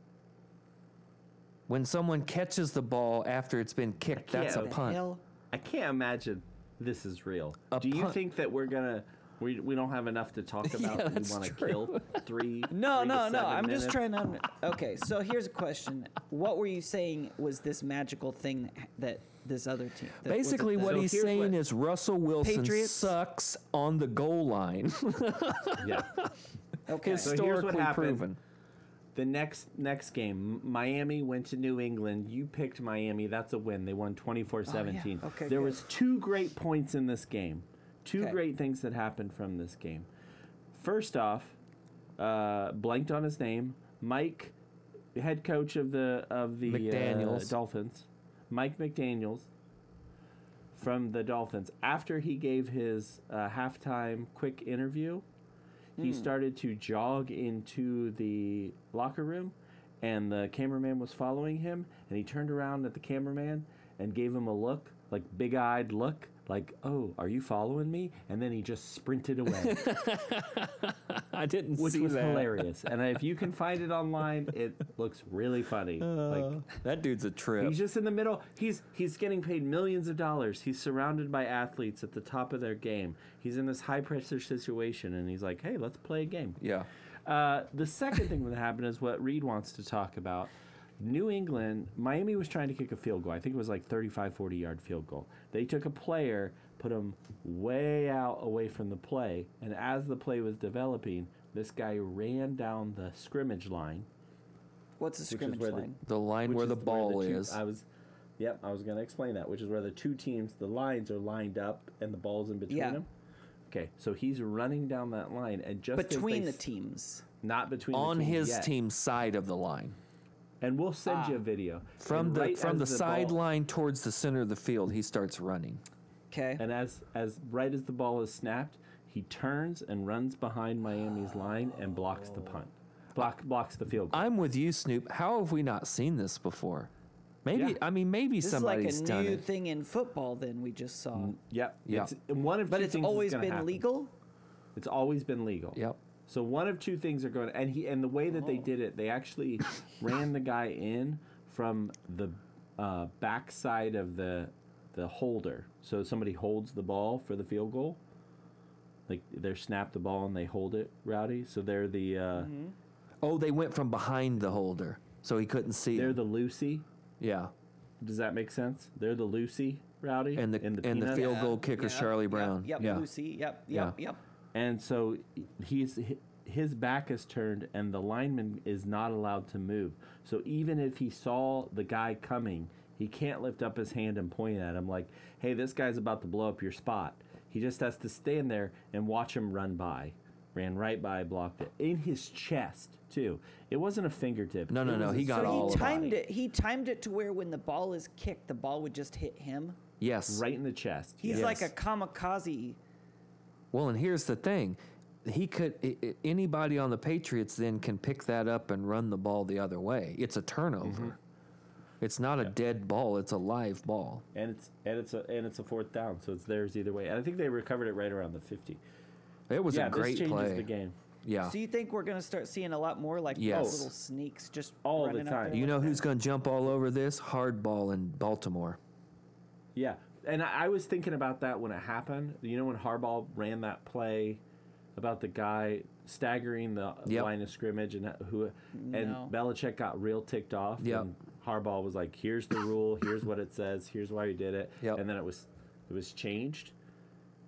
Speaker 2: When someone catches the ball after it's been kicked, that's a
Speaker 1: can't-
Speaker 3: The
Speaker 2: punt.
Speaker 3: hell?
Speaker 5: I can't imagine this is real.
Speaker 2: A
Speaker 5: Do you
Speaker 2: punt-
Speaker 5: think that we're gonna
Speaker 1: We, we don't have enough to talk about. that we
Speaker 2: that's
Speaker 1: want to
Speaker 2: true.
Speaker 1: kill three. three
Speaker 3: No,
Speaker 1: to
Speaker 3: no, no.
Speaker 1: seven
Speaker 3: I'm
Speaker 1: minutes.
Speaker 3: just trying to. un- Okay, so here's a question. What were you saying was this magical thing that this other team? that- was it
Speaker 2: Basically,
Speaker 3: the-
Speaker 2: what
Speaker 1: So
Speaker 2: he's
Speaker 1: here's
Speaker 2: saying
Speaker 1: what-
Speaker 2: is Russell Wilson
Speaker 3: Patriots?
Speaker 2: sucks on the goal line.
Speaker 1: Yeah.
Speaker 3: Okay.
Speaker 2: Historically
Speaker 1: So here's what happened.
Speaker 2: proven.
Speaker 1: The next next game, M- Miami went to New England. You picked Miami. That's a win. They won 24-17.
Speaker 3: Oh, Okay,
Speaker 1: there
Speaker 3: good.
Speaker 1: was two great points in this game. Two
Speaker 3: Okay.
Speaker 1: great things that happened from this game. First off, uh, blanked on his name, Mike, head coach of the of the uh,
Speaker 2: McDaniels.
Speaker 1: Dolphins, Mike McDaniels from the Dolphins. After he gave his uh, halftime quick interview, he started to jog into the locker room and the cameraman was following him and he turned around at the cameraman and gave him a look like big-eyed look like oh are you following me and then he just sprinted away
Speaker 2: I didn't
Speaker 1: which
Speaker 2: see
Speaker 1: was
Speaker 2: that.
Speaker 1: hilarious and if you can find it online it looks really funny like
Speaker 2: That dude's a trip.
Speaker 1: He's just in the middle. He's he's getting paid millions of dollars. He's surrounded by athletes at the top of their game. He's in this high pressure situation, and he's like, "Hey, let's play a game."
Speaker 2: yeah.
Speaker 1: Uh, the second thing that happened is what Reed wants to talk about. New England, Miami was trying to kick a field goal. I think it was like 35, 40 yard field goal. They took a player, put him way out away from the play, and as the play was developing, this guy ran down the scrimmage line.
Speaker 3: What's the
Speaker 1: is
Speaker 3: scrimmage
Speaker 1: where the-
Speaker 3: line?
Speaker 2: The line
Speaker 1: which
Speaker 2: where
Speaker 1: is
Speaker 2: the ball
Speaker 1: two-
Speaker 2: is.
Speaker 1: I was, yep, I was going to explain that, which is where the two teams, the lines are lined up and the ball's in between
Speaker 3: Yeah.
Speaker 1: them. Okay, so he's running down that line and just as
Speaker 3: Between
Speaker 1: they
Speaker 3: the
Speaker 1: s-
Speaker 3: teams.
Speaker 1: not between
Speaker 2: on
Speaker 1: the teams
Speaker 2: his
Speaker 1: yet.
Speaker 2: team's side of the line.
Speaker 1: and we'll send
Speaker 3: Ah.
Speaker 1: you a video
Speaker 2: From
Speaker 1: And
Speaker 2: the
Speaker 1: right
Speaker 2: from the,
Speaker 1: as ball-
Speaker 2: sideline towards the center of the field, he starts running.
Speaker 3: Okay.
Speaker 1: And as as right as the ball is snapped, he turns and runs behind Miami's line and blocks the punt, block blocks the field. goal.
Speaker 2: I'm with you, Snoop. How have we not seen this before? Maybe
Speaker 1: Yeah.
Speaker 2: I mean maybe
Speaker 3: This
Speaker 2: somebody's
Speaker 3: is like a
Speaker 2: done
Speaker 3: new
Speaker 2: it.
Speaker 3: thing in football. Then we just saw,
Speaker 1: Yep.
Speaker 2: Ah. Yeah.
Speaker 1: It's one of
Speaker 3: but
Speaker 1: two
Speaker 3: it's
Speaker 1: things that's
Speaker 3: always
Speaker 1: gonna
Speaker 3: been
Speaker 1: happen.
Speaker 3: legal.
Speaker 1: It's always been legal.
Speaker 2: Yep.
Speaker 1: So one of two things are going and he and the way that they did it, they actually ran the guy in from the uh, backside of the the holder. So somebody holds the ball for the field goal. Like they're snap the ball and they hold it, Rowdy. So they're the uh,
Speaker 2: Oh, they went from behind the holder, so he couldn't see.
Speaker 1: they're
Speaker 2: him.
Speaker 1: the Lucy.
Speaker 2: yeah,
Speaker 1: Does that make sense? They're the Lucy Rowdy
Speaker 2: and the and the,
Speaker 1: peanut.
Speaker 2: field goal
Speaker 3: Yeah,
Speaker 2: kicker
Speaker 3: yeah,
Speaker 2: Charlie
Speaker 3: yep,
Speaker 2: Brown.
Speaker 3: Yep.
Speaker 2: yeah.
Speaker 3: Lucy. Yep.
Speaker 2: Yeah.
Speaker 3: Yep. Yep.
Speaker 1: And so he's his back is turned, and the lineman is not allowed to move. So even if he saw the guy coming, he can't lift up his hand and point at him like, "Hey, this guy's about to blow up your spot." He just has to stand there and watch him run by. Ran right by, blocked it in his chest too. It wasn't a fingertip.
Speaker 2: No, no,
Speaker 1: It
Speaker 2: no,
Speaker 1: was a
Speaker 2: he got
Speaker 1: straight-
Speaker 2: all
Speaker 3: So he
Speaker 2: of
Speaker 3: timed it. He timed it to where when the ball is kicked, the ball would just hit him.
Speaker 2: Yes.
Speaker 1: right in the chest.
Speaker 3: He's
Speaker 1: yeah.
Speaker 3: like a
Speaker 2: Yes.
Speaker 3: kamikaze.
Speaker 2: Well, and here's the thing. He could i- i- anybody on the Patriots then can pick that up and run the ball the other way. It's a turnover.
Speaker 1: Mm-hmm.
Speaker 2: It's not a dead ball, it's a live ball.
Speaker 1: and it's and it's a and it's a fourth down, so it's theirs either way. And I think they recovered it right around the fifty.
Speaker 2: It was
Speaker 1: yeah,
Speaker 2: a great
Speaker 1: this changes
Speaker 2: play.
Speaker 1: the game.
Speaker 2: Yeah.
Speaker 3: So you think we're gonna start seeing a lot more like
Speaker 2: Oh. Yes.
Speaker 3: those little sneaks just
Speaker 1: All the
Speaker 3: running out
Speaker 1: time.
Speaker 3: there
Speaker 2: You
Speaker 3: like
Speaker 2: know
Speaker 3: that?
Speaker 2: who's going to jump all over this? Hardball in Baltimore.
Speaker 1: Yeah, and I, I was thinking about that when it happened. You know, when Harbaugh ran that play about the guy staggering the
Speaker 2: Yep.
Speaker 1: line of scrimmage, and uh, who and
Speaker 3: No.
Speaker 1: Belichick got real ticked off.
Speaker 2: Yep.
Speaker 1: and Harbaugh was like, "Here's the rule. Here's what it says. Here's why he did it."
Speaker 2: Yep.
Speaker 1: and then it was it was changed.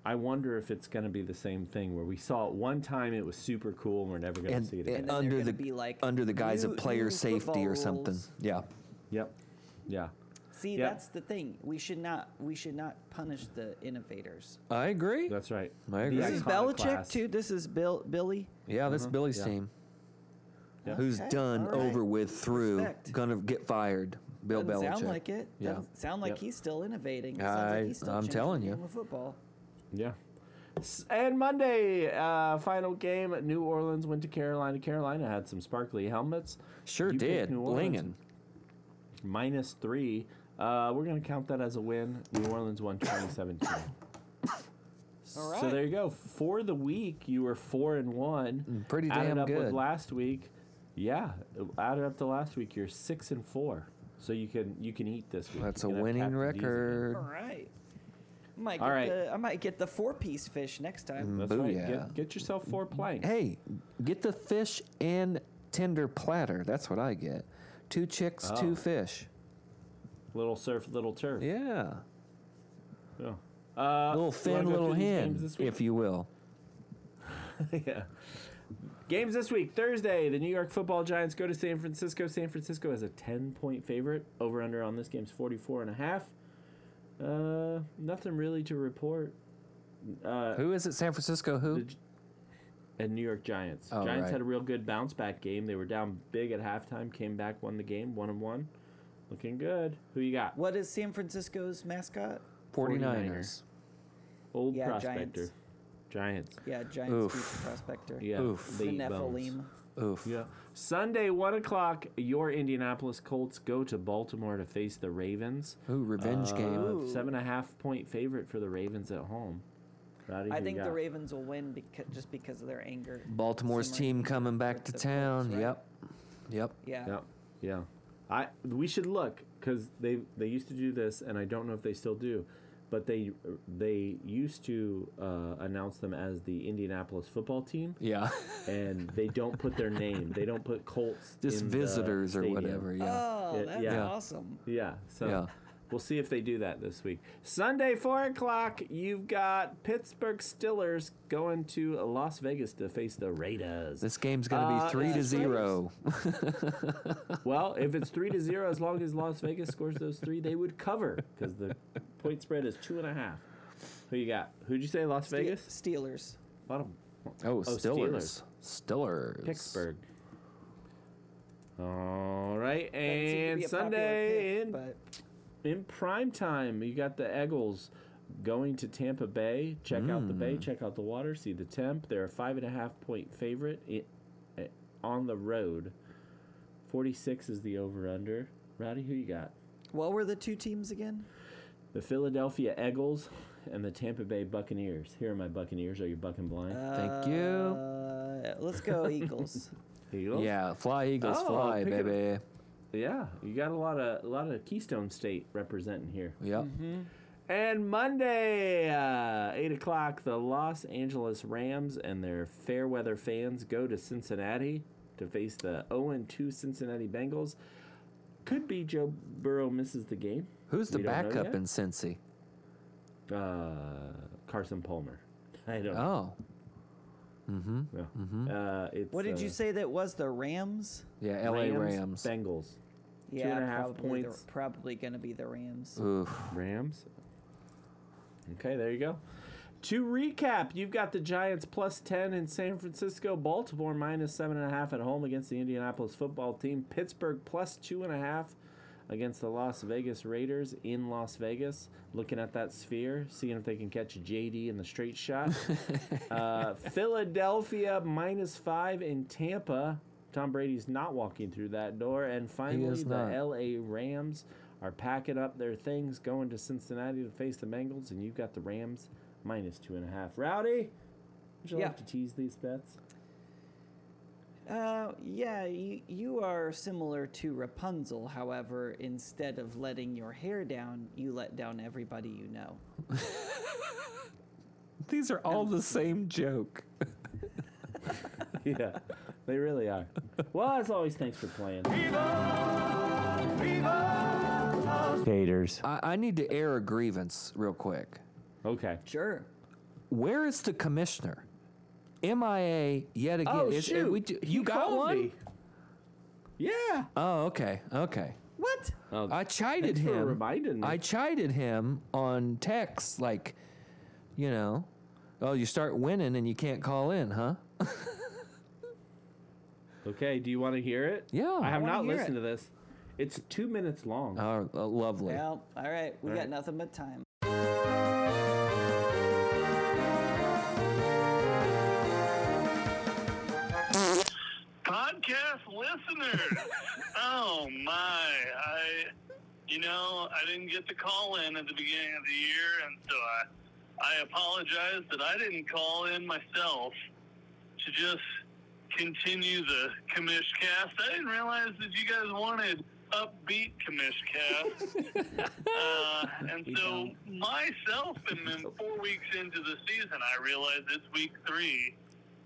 Speaker 1: I wonder if it's going to be the same thing where we saw it one time. It was super cool, and we're never going
Speaker 2: And,
Speaker 1: to see it
Speaker 2: and uh,
Speaker 1: again.
Speaker 3: then
Speaker 2: under
Speaker 3: they're
Speaker 2: the
Speaker 3: gonna be like,
Speaker 2: under the guise
Speaker 3: "New-
Speaker 2: of player
Speaker 3: new
Speaker 2: safety
Speaker 3: football
Speaker 2: or something.
Speaker 3: rules."
Speaker 2: Yeah.
Speaker 1: yep, yeah.
Speaker 3: See,
Speaker 1: Yeah.
Speaker 3: that's the thing. We should not. We should not punish the innovators.
Speaker 2: I agree.
Speaker 1: That's right.
Speaker 2: I agree.
Speaker 1: The
Speaker 2: This
Speaker 3: This is Belichick
Speaker 1: iconoclast.
Speaker 3: too. This is Bill Billy.
Speaker 2: yeah, that's Billy's
Speaker 1: Mm-hmm. Yeah.
Speaker 2: team.
Speaker 1: Yeah.
Speaker 2: Who's
Speaker 3: Okay,
Speaker 2: done,
Speaker 3: all right.
Speaker 2: over with, through,
Speaker 3: Respect.
Speaker 2: going to get fired. Bill
Speaker 3: Doesn't
Speaker 2: Oh, Belichick.
Speaker 3: sound like it.
Speaker 2: Yeah.
Speaker 3: Doesn't sound like
Speaker 1: Yep.
Speaker 3: he's still innovating. It sounds
Speaker 2: I-
Speaker 3: like he's still
Speaker 2: I'm
Speaker 3: changing
Speaker 2: telling
Speaker 3: the
Speaker 2: you.
Speaker 3: game of football.
Speaker 1: Yeah. S- And Monday, uh, final game. New Orleans went to Carolina. Carolina had some sparkly helmets.
Speaker 2: Sure
Speaker 1: You picked
Speaker 2: did.
Speaker 1: New Orleans.
Speaker 2: Blinging.
Speaker 1: Minus three. Uh, we're going to count that as a win. New Orleans won 2017.
Speaker 3: All right.
Speaker 1: So there you go. For the week, you were four and one.
Speaker 2: Mm, pretty
Speaker 1: added
Speaker 2: damn
Speaker 1: up
Speaker 2: good.
Speaker 1: With last week, yeah, added up to last week, you're six and four. So you can you can eat this week.
Speaker 2: That's
Speaker 1: You
Speaker 2: a
Speaker 1: can have
Speaker 2: winning
Speaker 1: Captain D's again.
Speaker 2: record.
Speaker 3: All right. Might
Speaker 1: All
Speaker 3: get
Speaker 1: right.
Speaker 3: the, I might get the four piece fish next
Speaker 2: Mm-hmm.
Speaker 3: time.
Speaker 1: That's right.
Speaker 2: Booyah.
Speaker 1: Get, get yourself four planks.
Speaker 2: Hey, get the fish and tender platter. That's what I get. Two chicks,
Speaker 1: Oh.
Speaker 2: two fish.
Speaker 1: Little surf, little turf.
Speaker 2: Yeah.
Speaker 1: Yeah. Uh,
Speaker 2: little
Speaker 1: you wanna
Speaker 2: fin,
Speaker 1: go
Speaker 2: little
Speaker 1: through these games
Speaker 2: hen,
Speaker 1: this week?
Speaker 2: if you will.
Speaker 1: yeah. Games this week. Thursday, the New York football giants go to San Francisco. San Francisco is a 10 point favorite. Over under on this game's 44 and a half. Uh, nothing really to report. Uh,
Speaker 2: Who is it? San Francisco who?
Speaker 1: the Gi- and New York Giants.
Speaker 2: Oh,
Speaker 1: Giants
Speaker 2: right.
Speaker 1: had a real good bounce back game. They were down big at halftime, came back, won the game, one and one. Looking good. Who you got?
Speaker 3: What is San Francisco's mascot?
Speaker 2: 49ers.
Speaker 1: Old
Speaker 3: Yeah,
Speaker 1: prospector.
Speaker 3: Giants.
Speaker 1: Giants.
Speaker 3: Yeah, Giants beat
Speaker 2: Oof.
Speaker 3: the prospector.
Speaker 1: Yeah.
Speaker 2: Oof.
Speaker 1: the
Speaker 3: the
Speaker 1: bones.
Speaker 3: Nephilim.
Speaker 2: Oof.
Speaker 1: Yeah. Sunday, one o'clock. Your Indianapolis Colts go to Baltimore to face the Ravens.
Speaker 2: Ooh, revenge game.
Speaker 1: Uh, seven and a half point favorite for the Ravens at home. Rowdy,
Speaker 3: I
Speaker 1: who you
Speaker 3: think the
Speaker 1: got?
Speaker 3: Ravens will win because just because of their anger.
Speaker 2: Baltimore's
Speaker 3: Seem like
Speaker 2: team
Speaker 3: they
Speaker 2: coming back
Speaker 3: hurt
Speaker 2: to
Speaker 3: the Colts,
Speaker 2: town.
Speaker 3: right?
Speaker 2: Yep. Yep.
Speaker 3: Yeah.
Speaker 1: Yeah, yeah. I we should look because they they used to do this, and I don't know if they still do, but they they used to uh, announce them as the Indianapolis football team,
Speaker 2: Yeah.
Speaker 1: and they don't put their name. They don't put Colts.
Speaker 2: Just
Speaker 1: in the
Speaker 2: visitors or
Speaker 1: stadium.
Speaker 2: whatever. Yeah.
Speaker 3: Oh,
Speaker 1: Yeah,
Speaker 3: that's
Speaker 1: yeah.
Speaker 3: awesome.
Speaker 1: Yeah. So
Speaker 2: Yeah.
Speaker 1: we'll see if they do that this week. Sunday, four o'clock. You've got Pittsburgh Steelers going to Las Vegas to face the Raiders.
Speaker 2: This game's going to be
Speaker 1: Uh,
Speaker 2: three to
Speaker 3: that's right.
Speaker 2: zero. Oh,
Speaker 1: Well, if it's three to zero, as long as Las Vegas scores those three, they would cover because the point spread is two and a half. Who you got? Who'd you say? Las
Speaker 3: Ste-
Speaker 1: Vegas.
Speaker 3: Steelers.
Speaker 1: A lot of
Speaker 2: Oh,
Speaker 1: Steelers.
Speaker 2: Steelers. Steelers.
Speaker 1: Pittsburgh. All right,
Speaker 3: Doesn't seem to
Speaker 1: and
Speaker 3: be a popular
Speaker 1: Sunday
Speaker 3: pick,
Speaker 1: in
Speaker 3: but
Speaker 1: in prime time, you got the Eagles going to Tampa Bay. Check out the bay, check out the water, see the temp. They're a five and a half point favorite i- eh, on the road. Forty six is the over under. Rowdy, who you got?
Speaker 3: what were the two teams again?
Speaker 1: The Philadelphia Eagles and the Tampa Bay Buccaneers. Here are my Buccaneers. Are you bucking blind?
Speaker 2: Thank you.
Speaker 3: Uh, let's go Eagles.
Speaker 1: Eagles?
Speaker 2: Yeah, fly Eagles,
Speaker 1: Oh,
Speaker 2: fly,
Speaker 1: pick it.
Speaker 2: baby.
Speaker 1: Yeah. You got a lot of a lot of Keystone State representing here.
Speaker 2: Yep.
Speaker 1: Mm-hmm. And Monday, uh, 8 o'clock, the Los Angeles Rams and their fair weather fans go to Cincinnati to face the 0 2 Cincinnati Bengals. Could be Joe Burrow misses the game.
Speaker 2: Who's the
Speaker 1: We don't know
Speaker 2: backup
Speaker 1: yet.
Speaker 2: in Cincy?
Speaker 1: Uh, Carson Palmer. I don't
Speaker 2: Oh,
Speaker 1: know. Uh, it's,
Speaker 3: What did
Speaker 1: uh,
Speaker 3: you say that was the Rams?
Speaker 2: yeah, LA Rams.
Speaker 1: Bengals.
Speaker 3: Yeah,
Speaker 1: and a half
Speaker 3: probably the-
Speaker 1: points. Uh.
Speaker 3: probably going to be the Rams.
Speaker 2: Oof.
Speaker 1: Rams. Okay, there you go. To recap, you've got the Giants plus 10 in San Francisco, Baltimore minus 7.5 at home against the Indianapolis football team, Pittsburgh plus 2.5 against the Las Vegas Raiders in Las Vegas. Looking at that sphere, seeing if they can catch JD in the straight shot. uh, Philadelphia minus 5 in Tampa. Tom Brady's not walking through that door. And finally,
Speaker 2: is
Speaker 1: the
Speaker 2: not.
Speaker 1: LA Rams are packing up their things, going to Cincinnati to face the Bengals, and you've got the Rams minus two and a half. Rowdy, would you
Speaker 3: Yeah.
Speaker 1: like to tease these bets?
Speaker 3: Uh, yeah, you, you are similar to Rapunzel. However, instead of letting your hair down, you let down everybody you know.
Speaker 2: These are all the same joke.
Speaker 1: yeah, they really are. Well, as always, thanks for playing.
Speaker 6: Haters.
Speaker 2: I, I need to air a grievance real quick.
Speaker 1: Okay.
Speaker 3: Sure.
Speaker 2: Where is the commissioner? MIA yet again.
Speaker 1: Oh,
Speaker 2: Is-
Speaker 1: shoot.
Speaker 2: we do- you got
Speaker 1: called
Speaker 2: one?
Speaker 1: me. Yeah.
Speaker 2: Oh, okay. Okay.
Speaker 3: What?
Speaker 1: Oh,
Speaker 2: I chided
Speaker 1: thanks for
Speaker 2: him.
Speaker 1: reminding me.
Speaker 2: I chided him on text, like, you know, oh, you start winning and you can't call in, huh?
Speaker 1: okay, do you want to hear it?
Speaker 2: Yeah.
Speaker 1: I have
Speaker 2: I
Speaker 3: wanna
Speaker 1: not
Speaker 3: hear
Speaker 1: listened to this. It's two minutes long.
Speaker 2: Oh, uh, lovely.
Speaker 3: Well, all right. We got
Speaker 1: right.
Speaker 3: nothing but time.
Speaker 7: podcast listeners. oh my! I, you know, I didn't get the call in at the beginning of the year, and so I, I apologize that I didn't call in myself to just continue the commish cast. I didn't realize that you guys wanted upbeat Commish cast. uh, and so myself am in four weeks into the season. I realize it's week three.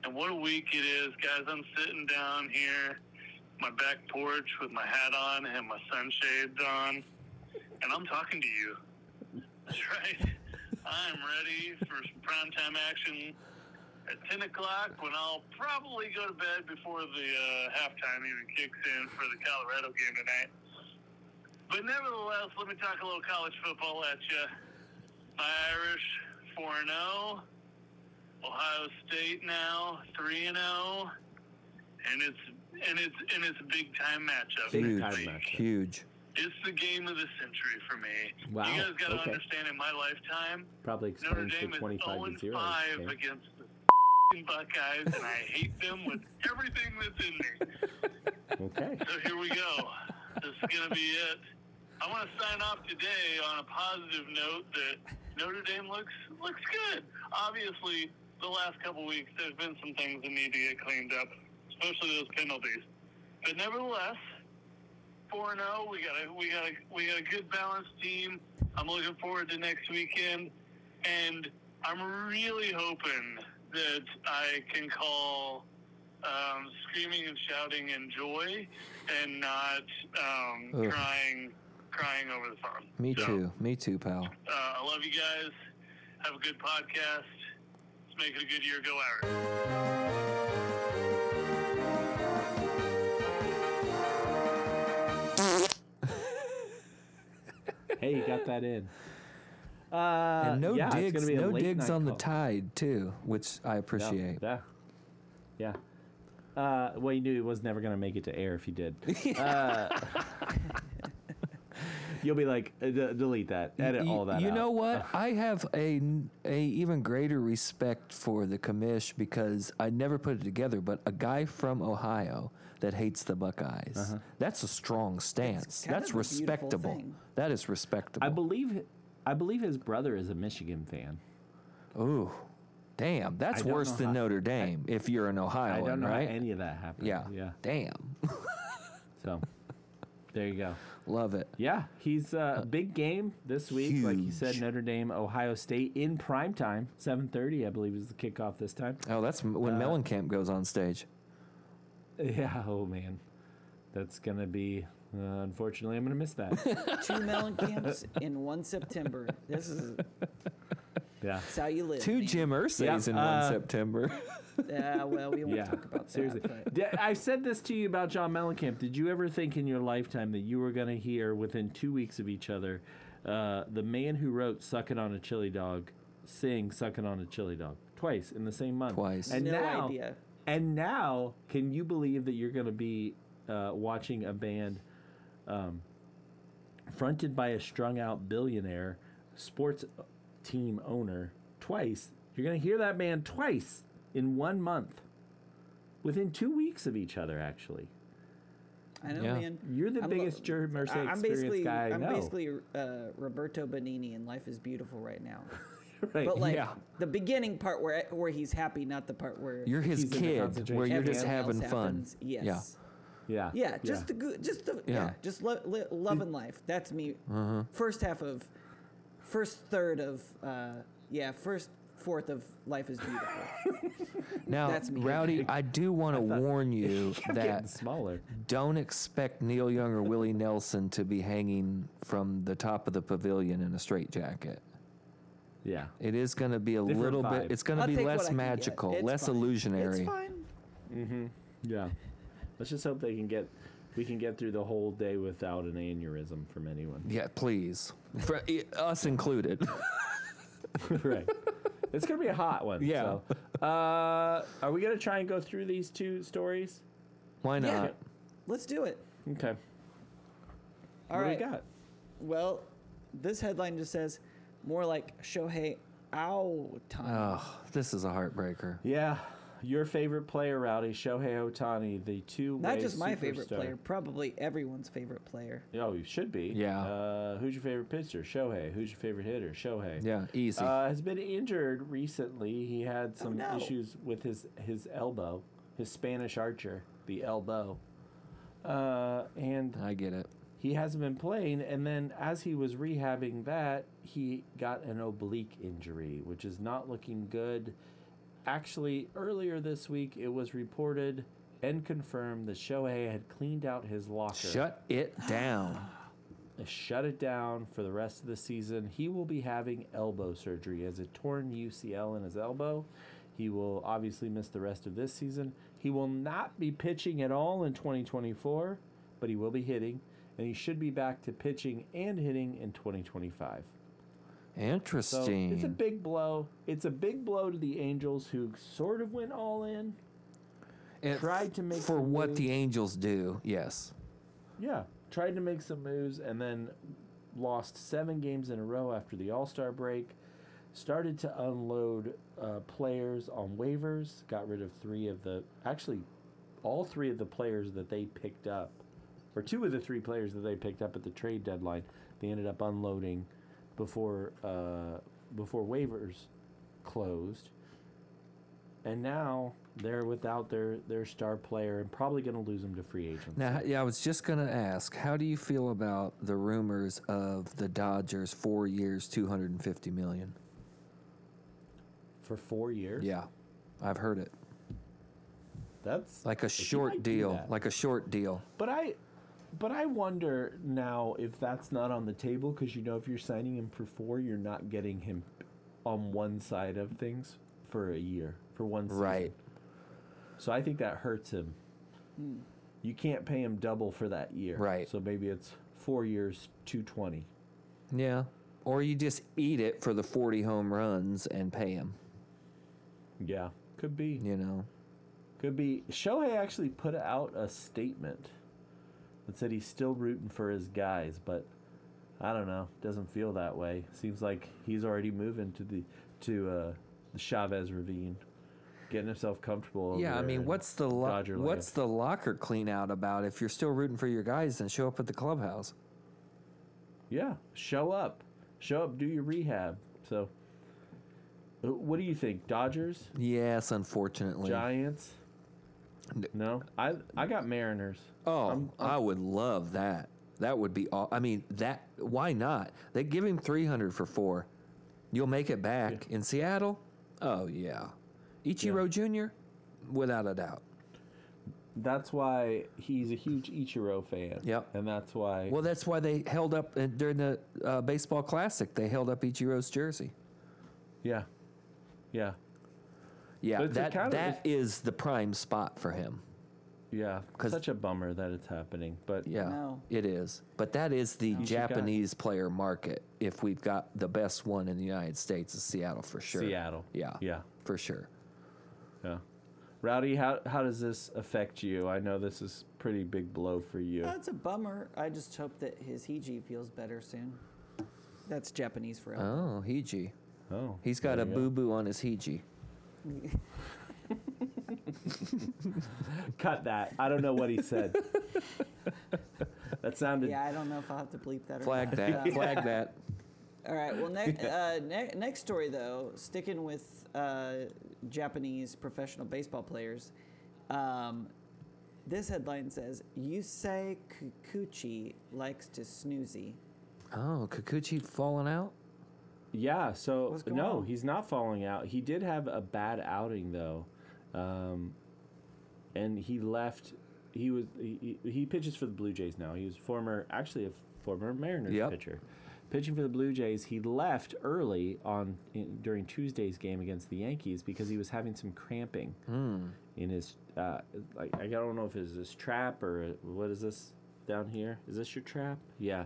Speaker 7: And what a week it is, guys. I'm sitting down here, my back porch with my hat on and my sunshades on, and I'm talking to you. That's right. I'm ready for some primetime action at 10 o'clock when I'll probably go to bed before the uh, halftime even kicks in for the Colorado game tonight. But nevertheless, let me talk a little college football at you. My Irish 4 0, Ohio State now 3 0, and it's and it's and it's a big time matchup.
Speaker 2: Big
Speaker 7: next
Speaker 1: time
Speaker 7: week.
Speaker 1: matchup.
Speaker 2: Huge.
Speaker 7: It's the game of the century for me.
Speaker 1: Wow,
Speaker 7: You guys got to
Speaker 1: okay.
Speaker 7: understand, in my lifetime,
Speaker 1: Probably
Speaker 7: Notre
Speaker 1: explains the
Speaker 7: Dame is
Speaker 1: 25 to
Speaker 7: 0
Speaker 1: 0.
Speaker 7: 5
Speaker 1: game.
Speaker 7: against the f***ing Buckeyes, and I hate them with everything that's in me.
Speaker 1: Okay.
Speaker 7: So here we go. this is going to be it. I want to sign off today on a positive note that Notre Dame looks looks good. Obviously, the last couple weeks there's been some things that need to get cleaned up, especially those penalties. But nevertheless, four zero. We got a we got a we got a good balanced team. I'm looking forward to next weekend, and I'm really hoping that I can call um, screaming and shouting in joy, and not um,
Speaker 2: Ugh.
Speaker 7: crying crying over the phone.
Speaker 2: Me
Speaker 7: So,
Speaker 2: too. Me too, pal.
Speaker 7: Uh, I love you guys. Have a good podcast. Let's make it a good year. Go Irish.
Speaker 1: hey, you got that in.
Speaker 2: And no
Speaker 1: Uh, yeah, it's gonna
Speaker 2: digs.
Speaker 1: be a
Speaker 2: No
Speaker 1: late
Speaker 2: digs
Speaker 1: night
Speaker 2: on the
Speaker 1: call.
Speaker 2: tide too, which I
Speaker 1: Yeah,
Speaker 2: appreciate.
Speaker 1: Yeah. Yeah. Uh, well, you knew he was never going to make it to air if he did. Uh, you'll be like, uh, d- delete that, edit
Speaker 2: you,
Speaker 1: all that
Speaker 2: you
Speaker 1: out.
Speaker 2: know what? I have a, n- a even greater respect for the commish because I never put it together, but a guy from Ohio that hates the Buckeyes.
Speaker 1: Uh-huh.
Speaker 2: That's a strong stance.
Speaker 3: kind
Speaker 2: That's
Speaker 3: of a beautiful
Speaker 2: respectable.
Speaker 3: thing.
Speaker 2: That is respectable.
Speaker 1: I believe, I believe his brother is a Michigan fan.
Speaker 2: Ooh. Damn, that's
Speaker 1: don't
Speaker 2: worse
Speaker 1: know
Speaker 2: than
Speaker 1: how-
Speaker 2: Notre Dame if you're an
Speaker 1: I
Speaker 2: Ohioan,
Speaker 1: don't know
Speaker 2: right?
Speaker 1: how any of that happened.
Speaker 2: yeah.
Speaker 1: Yeah.
Speaker 2: Damn.
Speaker 1: So there you go.
Speaker 2: Love it.
Speaker 1: Yeah, he's uh, big game this week. Like you said,
Speaker 2: huge.
Speaker 1: Notre Dame, Ohio State in prime time, 7:30, I believe, is the kickoff this time.
Speaker 2: Oh, that's m-
Speaker 1: Uh,
Speaker 2: when Mellencamp goes on stage.
Speaker 1: Yeah. Oh man, that's gonna be. Uh, unfortunately, I'm gonna miss that.
Speaker 3: Two melon camps in one September. This is
Speaker 1: yeah.
Speaker 3: it's how you live.
Speaker 2: Two
Speaker 3: man.
Speaker 2: Jim Ursays
Speaker 1: Yeah,
Speaker 2: in
Speaker 1: uh,
Speaker 2: one September.
Speaker 3: Ah, well, we won't
Speaker 1: Yeah.
Speaker 3: talk about that.
Speaker 1: Seriously,
Speaker 3: But
Speaker 1: Di- I've said this to you about John Mellencamp. Did you ever think in your lifetime that you were gonna hear within two weeks of each other, uh, the man who wrote "Suck It on a Chili Dog" sing "Suck It on a Chili Dog" twice in the same month?
Speaker 2: Twice.
Speaker 1: And
Speaker 3: No
Speaker 1: now,
Speaker 3: idea.
Speaker 1: And now, can you believe that you're gonna be uh, watching a band um, fronted by a strung out billionaire sports team owner twice. You're going to hear that man twice in one month. Within two weeks of each other, actually.
Speaker 3: I know,
Speaker 2: Yeah.
Speaker 3: man.
Speaker 1: You're the
Speaker 3: I'm lo-
Speaker 1: biggest Jerry Mercer
Speaker 3: I- I'm
Speaker 1: experience
Speaker 3: basically,
Speaker 1: guy I
Speaker 3: I'm
Speaker 1: know.
Speaker 3: basically uh, Roberto Benini, and life is beautiful right now.
Speaker 1: right.
Speaker 3: But like
Speaker 2: Yeah.
Speaker 3: the beginning part where where he's happy, not the part where
Speaker 2: You're his
Speaker 1: He's in the
Speaker 2: kid,
Speaker 1: concentration
Speaker 2: where you're just
Speaker 3: everything
Speaker 2: having
Speaker 3: else
Speaker 2: fun.
Speaker 3: happens. Yes.
Speaker 2: Yeah.
Speaker 1: yeah.
Speaker 3: Yeah, just the good, just the yeah,
Speaker 2: Yeah.
Speaker 3: just lo- li- love and life. That's me. First half of, first third of, uh, yeah, first fourth of life is beautiful.
Speaker 2: Now,
Speaker 3: That's me.
Speaker 2: Rowdy, I do want to warn you
Speaker 1: Getting
Speaker 2: that
Speaker 1: smaller.
Speaker 2: don't expect Neil Young or Willie Nelson to be hanging from the top of the pavilion in a straitjacket.
Speaker 1: Yeah.
Speaker 2: It is going to be a
Speaker 1: Different
Speaker 2: little
Speaker 1: vibe.
Speaker 2: bit. It's going to
Speaker 3: I'll
Speaker 2: be
Speaker 3: take what I
Speaker 2: less
Speaker 3: can get.
Speaker 2: magical,
Speaker 3: It's
Speaker 2: less
Speaker 3: fine.
Speaker 2: illusionary.
Speaker 3: It's fine.
Speaker 1: Yeah. Let's just hope they can get we can get through the whole day without an aneurysm from anyone.
Speaker 2: Yeah, please, For, i- us included.
Speaker 1: right. It's gonna be a hot one.
Speaker 2: Yeah.
Speaker 1: So. Uh, are we gonna try and go through these two stories?
Speaker 2: Why
Speaker 3: Yeah,
Speaker 2: not?
Speaker 3: let's do it.
Speaker 1: Okay.
Speaker 3: All
Speaker 1: what
Speaker 3: right.
Speaker 1: do we got?
Speaker 3: Well, this headline just says more like Shohei Ow time.
Speaker 2: Oh, this is a heartbreaker.
Speaker 1: Yeah, your favorite player, Rowdy Shohei Otani, the two.
Speaker 3: not just my favorite player, probably everyone's favorite player.
Speaker 1: Oh, you should be.
Speaker 2: Yeah.
Speaker 1: Uh, who's your favorite pitcher? Shohei. Who's your favorite hitter? Shohei.
Speaker 2: Yeah, easy.
Speaker 1: Uh, has been injured recently. He had some
Speaker 3: Oh, no.
Speaker 1: issues with his his elbow, his Spanish archer, the elbow, uh, and
Speaker 2: I get it.
Speaker 1: he hasn't been playing. And then as he was rehabbing that, he got an oblique injury, which is not looking good. Actually, earlier this week, it was reported and confirmed that Shohei had cleaned out his locker.
Speaker 2: Shut it down.
Speaker 1: Shut it down for the rest of the season. He will be having elbow surgery. He has a torn UCL in his elbow. He will obviously miss the rest of this season. He will not be pitching at all in 2024, but he will be hitting, and he should be back to pitching and hitting in 2025. So
Speaker 2: Interesting.
Speaker 1: it's a big blow. It's a big blow to the Angels, who sort of went all in.
Speaker 2: And
Speaker 1: tried to make
Speaker 2: for
Speaker 1: some
Speaker 2: what
Speaker 1: moves.
Speaker 2: the Angels do. Yes.
Speaker 1: Yeah, tried to make some moves and then lost seven games in a row after the All Star break. Started to unload uh, players on waivers. Got rid of three of the actually, all three of the players that they picked up, or two of the three players that they picked up at the trade deadline. They ended up unloading before uh, before waivers closed, and now they're without their their star player and probably going to lose them to free agents.
Speaker 2: Now, yeah, I was just gonna ask, how do you feel about the rumors of the Dodgers four years, two hundred and fifty million?
Speaker 1: for four years.
Speaker 2: Yeah, I've heard it.
Speaker 1: that's
Speaker 2: Like a
Speaker 1: he
Speaker 2: short
Speaker 1: might do
Speaker 2: deal.
Speaker 1: that.
Speaker 2: Like a short deal.
Speaker 1: But I, but I wonder now if that's not on the table because you know if you're signing him for four, you're not getting him on one side of things for a year for one season.
Speaker 2: Right.
Speaker 1: So I think that hurts him. You can't pay him double for that year.
Speaker 2: Right.
Speaker 1: So maybe it's four years, two twenty.
Speaker 2: Yeah. Or you just eat it for the forty home runs and pay him.
Speaker 1: Yeah, could be.
Speaker 2: You know.
Speaker 1: Could be. Shohei actually put out a statement that said he's still rooting for his guys, but I don't know. Doesn't feel that way. Seems like he's already moving to the to uh, the Chavez Ravine, getting himself comfortable. over
Speaker 2: Yeah, I
Speaker 1: there
Speaker 2: mean,
Speaker 1: in
Speaker 2: what's the lo-
Speaker 1: Dodger land.
Speaker 2: what's the locker clean out about if you're still rooting for your guys and show up at the clubhouse?
Speaker 1: yeah? Show up, show up, do your rehab. So, uh, what do you think? Dodgers,
Speaker 2: Yes, unfortunately.
Speaker 1: Giants?
Speaker 2: N-
Speaker 1: No, I I got Mariners.
Speaker 2: Oh,
Speaker 1: I'm-
Speaker 2: i would love that. That would be all. I mean, that. Why not? They give him three hundred for four. You'll make it back in Seattle. Oh yeah, Ichiro Jr. Without a doubt.
Speaker 1: That's why he's a huge Ichiro fan.
Speaker 2: Yep.
Speaker 1: and that's why.
Speaker 2: Well, that's why they held up uh, during the uh, baseball classic. They held up Ichiro's jersey.
Speaker 1: Yeah. Yeah.
Speaker 2: Yeah,
Speaker 1: But it's a
Speaker 2: that
Speaker 1: kind of-
Speaker 2: that is the prime spot for him.
Speaker 1: Yeah.
Speaker 2: 'Cause-
Speaker 1: Such a bummer that it's happening. But
Speaker 2: Yeah,
Speaker 3: No.
Speaker 2: it is. But that is the
Speaker 1: He's your guy.
Speaker 2: Japanese player market. If we've got the best one in the United States, is Seattle for sure.
Speaker 1: Seattle.
Speaker 2: Yeah.
Speaker 1: Yeah.
Speaker 2: for sure.
Speaker 1: Yeah. Rowdy, how, how does this affect you? I know this is pretty big blow for you.
Speaker 2: Uh,
Speaker 3: That's a bummer. I just hope that his Hiji feels better soon. That's Japanese for him.
Speaker 2: Oh, Heiji.
Speaker 1: oh.
Speaker 2: He's got
Speaker 1: there
Speaker 2: a
Speaker 1: you
Speaker 2: boo boo on his Heiji.
Speaker 1: Cut that. I don't know what he said. that sounded.
Speaker 3: Yeah, I don't know if I'll have to bleep that or
Speaker 2: Flag
Speaker 3: not.
Speaker 2: that.
Speaker 3: Um,
Speaker 2: Flag that.
Speaker 3: All right. Well, ne- uh, ne- next story though, sticking with uh, Japanese professional baseball players, um, this headline says Yusei Kikuchi likes to snoozy.
Speaker 2: Oh, Kikuchi falling out?
Speaker 1: Yeah, so
Speaker 3: What's going
Speaker 1: no,
Speaker 3: on?
Speaker 1: he's not falling out. He did have a bad outing though, um, and he left. He was he, he he pitches for the Blue Jays now. He was former actually a former Mariners
Speaker 2: Yep.
Speaker 1: pitcher, pitching for the Blue Jays. He left early on in, during Tuesday's game against the Yankees because he was having some cramping in his. Uh, like I don't know if it's his trap or uh, what is this down here? Is this your trap? Yeah,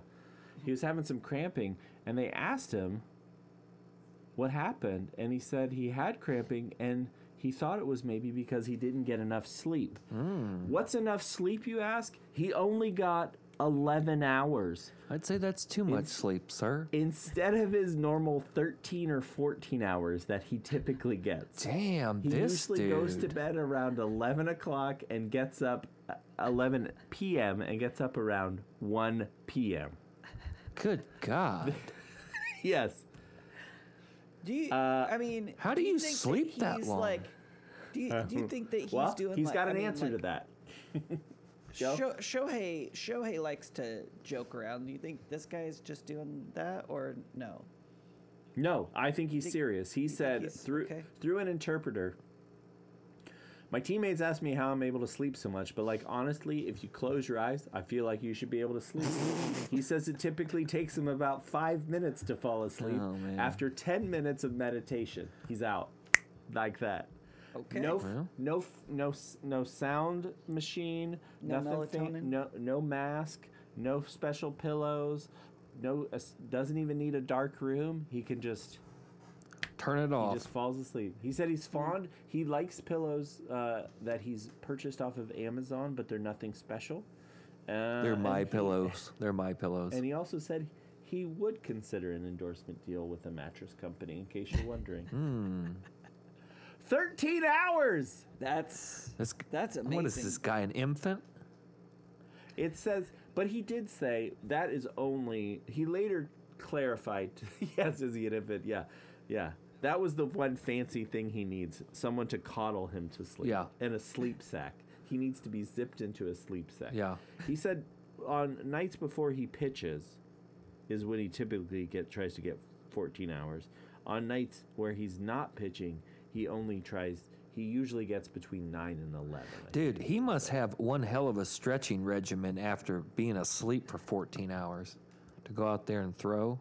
Speaker 1: he was having some cramping, and they asked him what happened and he said he had cramping and he thought it was maybe because he didn't get enough sleep.
Speaker 2: Hmm.
Speaker 1: What's enough sleep, you ask? He only got 11 hours
Speaker 2: I'd say that's too much sleep, sir.
Speaker 1: instead of his normal 13 or 14 hours that he typically gets.
Speaker 2: Damn,
Speaker 1: He
Speaker 2: this
Speaker 1: usually
Speaker 2: dude.
Speaker 1: goes to bed around 11 o'clock and gets up uh, 11 p.m. and gets up around 1 p.m.
Speaker 2: Good God.
Speaker 1: Yes.
Speaker 3: Do you?
Speaker 1: Uh,
Speaker 3: I mean,
Speaker 2: how do you
Speaker 3: think that
Speaker 2: sleep that
Speaker 3: he's
Speaker 2: long?
Speaker 3: Like, do you, do you think that he's
Speaker 1: well,
Speaker 3: doing?
Speaker 1: he's
Speaker 3: like-
Speaker 1: got
Speaker 3: I
Speaker 1: an
Speaker 3: mean,
Speaker 1: answer
Speaker 3: like,
Speaker 1: to that. Joe?
Speaker 3: Sho- Shohei Shohei likes to joke around. Do you think this guy's just doing that or no?
Speaker 1: No, I think he's
Speaker 3: Think-
Speaker 1: serious. He said
Speaker 3: he's-
Speaker 1: through
Speaker 3: okay.
Speaker 1: through an interpreter. My teammates ask me how I'm able to sleep so much, but like honestly, if you close your eyes, I feel like you should be able to sleep. he says it typically takes him about five minutes to fall asleep.
Speaker 2: Oh, man.
Speaker 1: After ten minutes of meditation, he's out, like that.
Speaker 3: Okay.
Speaker 1: No, f-
Speaker 2: Well.
Speaker 1: no, f- no, s- no sound machine.
Speaker 3: No
Speaker 1: nothing.
Speaker 3: melatonin?
Speaker 1: No, no mask. No special pillows. No, uh, doesn't even need a dark room. He can just
Speaker 2: Turn it
Speaker 1: he
Speaker 2: off.
Speaker 1: just falls asleep. He said
Speaker 3: Hmm.
Speaker 1: he's fond. He likes pillows uh, that he's purchased off of Amazon, but they're nothing special. Uh,
Speaker 2: They're
Speaker 1: and
Speaker 2: my
Speaker 1: he-
Speaker 2: pillows. They're my pillows.
Speaker 1: and he also said he would consider an endorsement deal with a mattress company, in case you're wondering.
Speaker 2: Hmm.
Speaker 1: Thirteen hours.
Speaker 3: That's
Speaker 2: This-
Speaker 3: that's amazing.
Speaker 2: What is this guy? An infant?
Speaker 1: It says, but he did say that is only. He later clarified. yes, is he an infant? Yeah, yeah. That was the one fancy thing he needs: someone to coddle him to sleep.
Speaker 2: Yeah.
Speaker 1: and a sleep sack. He needs to be zipped into a sleep sack.
Speaker 2: Yeah.
Speaker 1: He said on nights before he pitches is when he typically get tries to get 14 hours. On nights where he's not pitching, he only tries. He usually gets between nine and 11. I
Speaker 2: Dude, he must have one hell of a stretching regimen after being asleep for 14 hours to go out there and throw.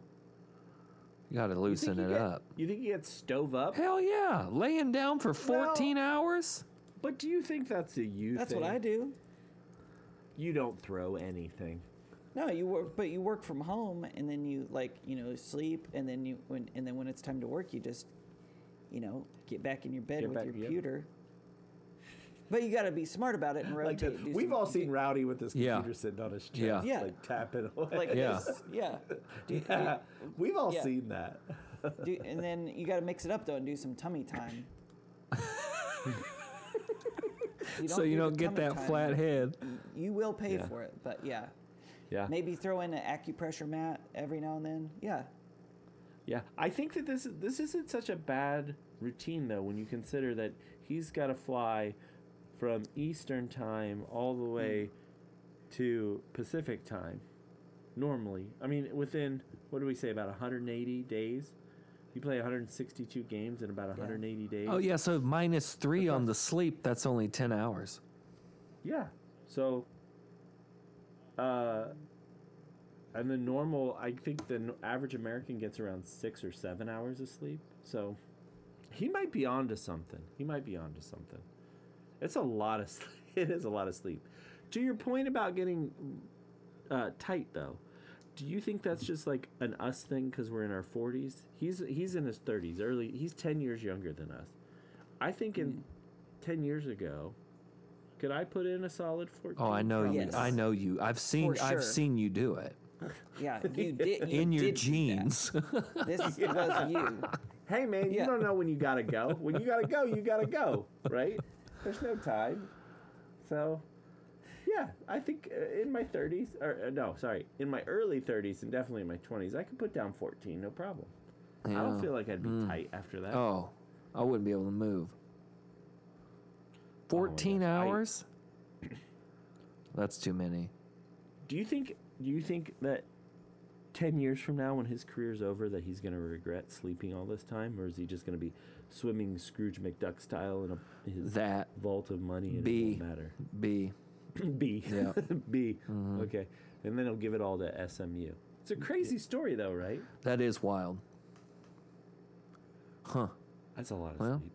Speaker 2: You got to
Speaker 1: think
Speaker 2: loosen
Speaker 1: he
Speaker 2: it
Speaker 1: get-
Speaker 2: up.
Speaker 1: You think he gets stove up?
Speaker 2: Hell yeah. Laying down for 14 hours?
Speaker 1: But do you think that's a you
Speaker 3: That's
Speaker 1: thing?
Speaker 3: what I do.
Speaker 1: You don't throw anything.
Speaker 3: No, you work, but you work from home, and then you like you know sleep, and then you when and then when it's time to work, you just you know get back in your bed
Speaker 1: Get
Speaker 3: with
Speaker 1: back-
Speaker 3: your
Speaker 1: yep.
Speaker 3: computer. But you got to be smart about it and
Speaker 8: Like
Speaker 3: rotate.
Speaker 8: the,
Speaker 3: do
Speaker 8: we've
Speaker 3: some-
Speaker 8: all seen Rowdy with his
Speaker 2: Yeah.
Speaker 8: computer sitting on his chest,
Speaker 2: Yeah.
Speaker 3: Yeah.
Speaker 8: like tapping away.
Speaker 3: like
Speaker 2: Yeah.
Speaker 3: this, yeah. Do,
Speaker 8: Yeah. We've all
Speaker 3: Yeah.
Speaker 8: seen that.
Speaker 3: do, and then you got to mix it up though and do some tummy time. You
Speaker 2: So you
Speaker 3: the
Speaker 2: don't get
Speaker 3: tummy
Speaker 2: that
Speaker 3: time,
Speaker 2: flat head.
Speaker 3: You will pay for it, but yeah,
Speaker 1: Yeah.
Speaker 3: maybe throw in an acupressure mat every now and then. Yeah,
Speaker 1: Yeah. I think that this this isn't such a bad routine though when you consider that he's got to fly from Eastern time all the way to Pacific time. Normally, I mean, within what do we say about 180 days? You play 162 games in about 180 days.
Speaker 2: Oh, yeah. So minus three on the sleep, that's only 10 hours.
Speaker 1: Yeah. So, uh, and the normal, I think the n- average American gets around six or seven hours of sleep. So, he might be onto something. He might be onto something. It's a lot of sleep. It is a lot of sleep. To your point about getting uh, tight, though, do you think that's just like an us thing because we're in our forties? He's he's in his thirties, early. He's ten years younger than us. I think in ten years ago, could I put in a solid fourteen?
Speaker 2: Oh, I know
Speaker 3: Yes.
Speaker 2: you. I know you. I've seen
Speaker 3: For sure.
Speaker 2: I've seen you do it
Speaker 3: yeah. You did you
Speaker 2: in your
Speaker 3: did do that.
Speaker 2: jeans.
Speaker 3: This was you.
Speaker 1: Hey man, you
Speaker 3: Yeah.
Speaker 1: don't know when you gotta go. When you gotta go, you gotta go, right? There's no time. So, yeah, I think uh, in my 30s, or uh, no, sorry, in my early 30s and definitely in my 20s, I could put down 14, no problem. I don't
Speaker 2: Yeah. Mm.
Speaker 1: feel like I'd be tight after that.
Speaker 2: Oh, I wouldn't be able to move.
Speaker 3: Oh,
Speaker 2: 14
Speaker 1: gosh, I-
Speaker 2: hours? That's too many.
Speaker 1: Do you think? Do you think that 10 years from now, when his career's over, that he's gonna regret sleeping all this time, or is he just gonna be swimming Scrooge McDuck style in a, his
Speaker 2: That
Speaker 1: vault of money and
Speaker 2: B.
Speaker 1: it won't matter?
Speaker 2: B.
Speaker 1: B.
Speaker 2: Yeah. Mm-hmm.
Speaker 1: B. Okay. And then he'll give it all to SMU. It's a crazy story, though, right?
Speaker 2: That is wild. Huh.
Speaker 1: That's a lot of
Speaker 2: Well.
Speaker 1: sleep.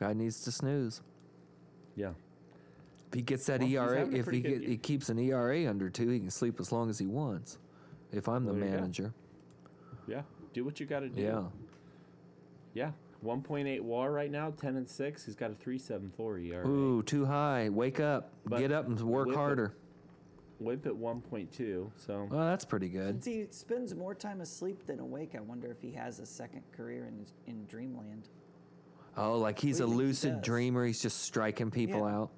Speaker 2: Guy needs to snooze.
Speaker 1: Yeah.
Speaker 2: If he gets that
Speaker 1: Well, he's
Speaker 2: ERA,
Speaker 1: having a
Speaker 2: if he,
Speaker 1: pretty good
Speaker 2: get,
Speaker 1: year.
Speaker 2: he keeps an ERA under two, he can sleep as long as he wants. If I'm the
Speaker 1: There you go.
Speaker 2: manager,
Speaker 1: Yeah. Do what you got to do.
Speaker 2: yeah.
Speaker 1: Yeah. 1.8 WAR right now, 10 and 6. He's got a 3.74 ERA.
Speaker 2: Ooh, too high. Wake up.
Speaker 1: But
Speaker 2: Get up and work
Speaker 1: with the-
Speaker 2: harder.
Speaker 1: Whip at 1.2. So,
Speaker 2: Well, that's pretty good.
Speaker 3: Since he spends more time asleep than awake, I wonder if he has a second career in in Dreamland.
Speaker 2: Oh, like he's a
Speaker 3: Really, he
Speaker 2: lucid
Speaker 3: does.
Speaker 2: dreamer. He's just striking people
Speaker 3: Yeah.
Speaker 2: out.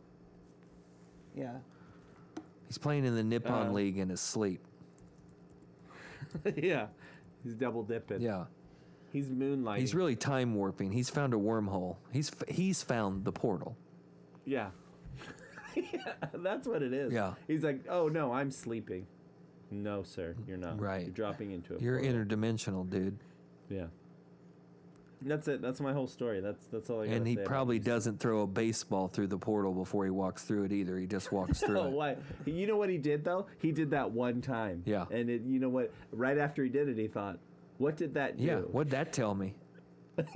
Speaker 3: Yeah,
Speaker 2: He's playing in the Nippon
Speaker 1: Uh,
Speaker 2: League in his sleep.
Speaker 1: yeah. He's double dipping.
Speaker 2: Oh. Yeah.
Speaker 1: He's moonlighting.
Speaker 2: He's really time warping. He's found a wormhole. He's f- he's found the portal.
Speaker 1: Yeah. That's what it is.
Speaker 2: Yeah.
Speaker 1: He's like, oh no, I'm sleeping. No, sir, you're not.
Speaker 2: Right.
Speaker 1: You're dropping into a.
Speaker 2: You're
Speaker 1: portal.
Speaker 2: interdimensional, dude.
Speaker 1: Yeah. That's it. That's my whole story. That's that's all I got.
Speaker 2: And he probably doesn't throw a baseball through the portal before he walks through it either. He just walks through
Speaker 1: Oh,
Speaker 2: it.
Speaker 1: why? You know what he did though? He did that one time.
Speaker 2: Yeah.
Speaker 1: And it, you know what? Right after he did it, he thought, "What did that do?"
Speaker 2: Yeah, what'd that tell me?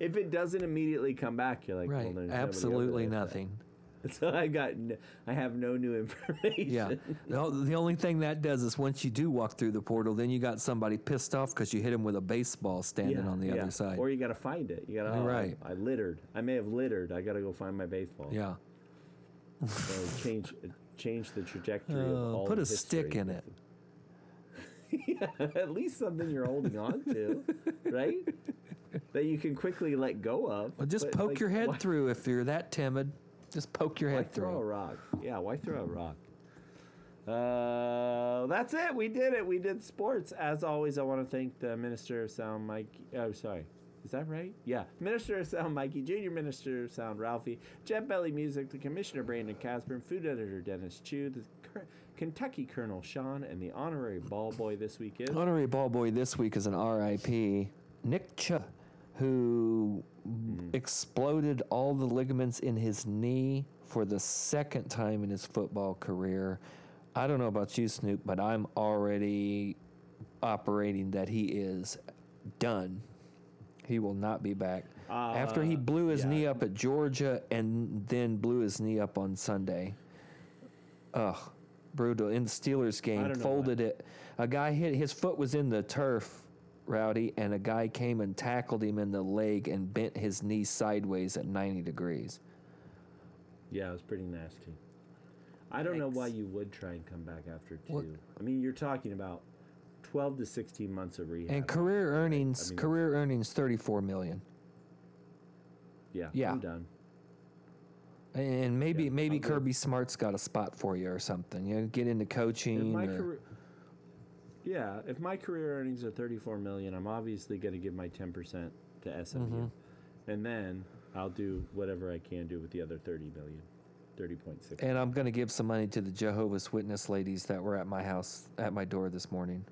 Speaker 1: If it doesn't immediately come back, you're like, well,
Speaker 2: Right.
Speaker 1: there's nobody over
Speaker 2: Absolutely
Speaker 1: there, so-
Speaker 2: nothing.
Speaker 1: So I got, n- I have no new information.
Speaker 2: Yeah. the o- the only thing that does is once you do walk through the portal, then you got somebody pissed off because you hit him with a baseball standing on the
Speaker 1: yeah.
Speaker 2: other side.
Speaker 1: Or you got to find it. You got to.
Speaker 2: You're
Speaker 1: Oh,
Speaker 2: right.
Speaker 1: right. I, I littered. I may have littered. I got to go find my baseball.
Speaker 2: yeah.
Speaker 1: So change, change the trajectory of
Speaker 2: Uh,
Speaker 1: all
Speaker 2: put a
Speaker 1: of
Speaker 2: stick
Speaker 1: history.
Speaker 2: in it.
Speaker 1: At least something you're holding on to, right? That you can quickly let go of.
Speaker 2: Well, just
Speaker 1: But,
Speaker 2: poke
Speaker 1: like,
Speaker 2: your head
Speaker 1: why-
Speaker 2: through if you're that timid. Just poke your
Speaker 1: Why
Speaker 2: head
Speaker 1: throw a
Speaker 2: through.
Speaker 1: rock? Yeah, why throw a rock? Uh, that's it. We did it. We did sports. As always, I want to thank the Minister of Sound, Mike. Oh, sorry. Is that right? Yeah. Minister of Sound, Mikey. Junior Minister of Sound, Ralphie. Jet Belly Music, the Commissioner, Brandon Casper, Food Editor, Dennis Chew, the Cur- Kentucky Colonel, Sean, and the Honorary Ball Boy this week is.
Speaker 2: Honorary ball boy this week is an RIP, Nick Ch, who exploded all the ligaments in his knee for the second time in his football career. I don't know about you, Snoop, but I'm already operating that he is done. He will not be back. After he blew his
Speaker 1: yeah.
Speaker 2: knee up at Georgia and then blew his knee up on Sunday. Ugh, brutal. In the Steelers
Speaker 1: I
Speaker 2: game,
Speaker 1: don't know
Speaker 2: folded it. A guy hit his foot was in the turf, Rowdy, and a guy came and tackled him in the leg and bent his knee sideways at 90 degrees.
Speaker 1: Yeah, it was pretty nasty. I don't know why you would try and come back after two.
Speaker 2: What-
Speaker 1: I mean, you're talking about 12 to 16 months of rehab.
Speaker 2: And career earnings,
Speaker 1: mean,
Speaker 2: career earnings, 34 million.
Speaker 1: Yeah,
Speaker 2: yeah.
Speaker 1: I'm done.
Speaker 2: And maybe
Speaker 1: Yeah,
Speaker 2: maybe
Speaker 1: I'll go-
Speaker 2: Kirby Smart's got a spot for you or something. You know, get into
Speaker 1: If
Speaker 2: coaching.
Speaker 1: my
Speaker 2: or-
Speaker 1: career, yeah, if my career earnings are 34 million, I'm obviously going to give my 10% to SMU,
Speaker 2: Mm-hmm.
Speaker 1: and then I'll do whatever I can do with the other 30 million, 30.6.
Speaker 2: and I'm going to give some money to the Jehovah's Witness ladies that were at my house at my door this morning.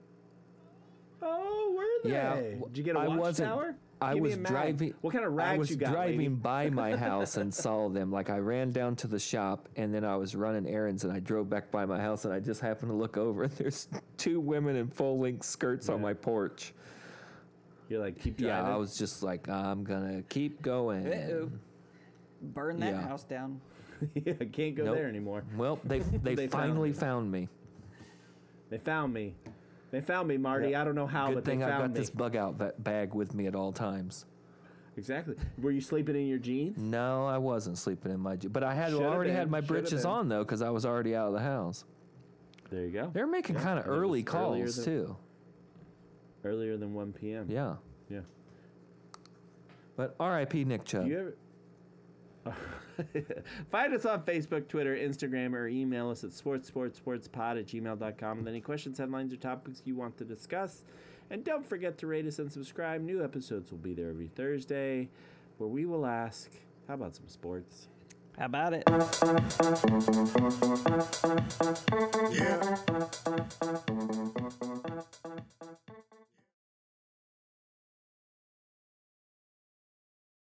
Speaker 1: Oh, were they?
Speaker 2: Yeah, w-
Speaker 1: Did you get a
Speaker 2: I wasn't-
Speaker 1: watchtower?
Speaker 2: I
Speaker 1: Give me
Speaker 2: was
Speaker 1: a mag.
Speaker 2: driving.
Speaker 1: What kind of rags
Speaker 2: I was
Speaker 1: you got,
Speaker 2: driving
Speaker 1: lady?
Speaker 2: by my house and saw them. Like I ran down to the shop and then I was running errands and I drove back by my house and I just happened to look over and there's two women in full length skirts on my porch.
Speaker 1: You're like, keep
Speaker 2: Yeah,
Speaker 1: driving.
Speaker 2: I was just like, I'm gonna keep going.
Speaker 3: Uh-oh. Burn that
Speaker 2: Yeah.
Speaker 3: house down.
Speaker 1: yeah, can't go
Speaker 2: Nope.
Speaker 1: there anymore.
Speaker 2: Well, they they,
Speaker 1: They found
Speaker 2: finally
Speaker 1: me.
Speaker 2: found me.
Speaker 1: They found me. They found me, Marty. I don't know how,
Speaker 2: Good
Speaker 1: Oh, but
Speaker 2: thing
Speaker 1: they
Speaker 2: I
Speaker 1: found
Speaker 2: got
Speaker 1: me.
Speaker 2: this bug out ba- bag with me at all times.
Speaker 1: Exactly. Were you sleeping in your jeans?
Speaker 2: No, I wasn't sleeping in my, je- but I had
Speaker 1: Shoulda
Speaker 2: already
Speaker 1: been,
Speaker 2: had my
Speaker 1: shoulda
Speaker 2: britches
Speaker 1: been.
Speaker 2: on though because I was already out of the house.
Speaker 1: There you go.
Speaker 2: They're making kind of
Speaker 1: and it was
Speaker 2: early
Speaker 1: earlier
Speaker 2: calls
Speaker 1: than-
Speaker 2: too.
Speaker 1: Earlier than 1 p.m.
Speaker 2: Yeah.
Speaker 1: Yeah.
Speaker 2: But R.I.P. Nick Chubb.
Speaker 1: Do you ever? Find us on Facebook, Twitter, Instagram, or email us at sportsportsportspod at gmail.com with any questions, headlines, or topics you want to discuss. And don't forget to rate us and subscribe. New episodes will be there every Thursday where we will ask, how about some sports?
Speaker 3: How about it?
Speaker 9: Yeah.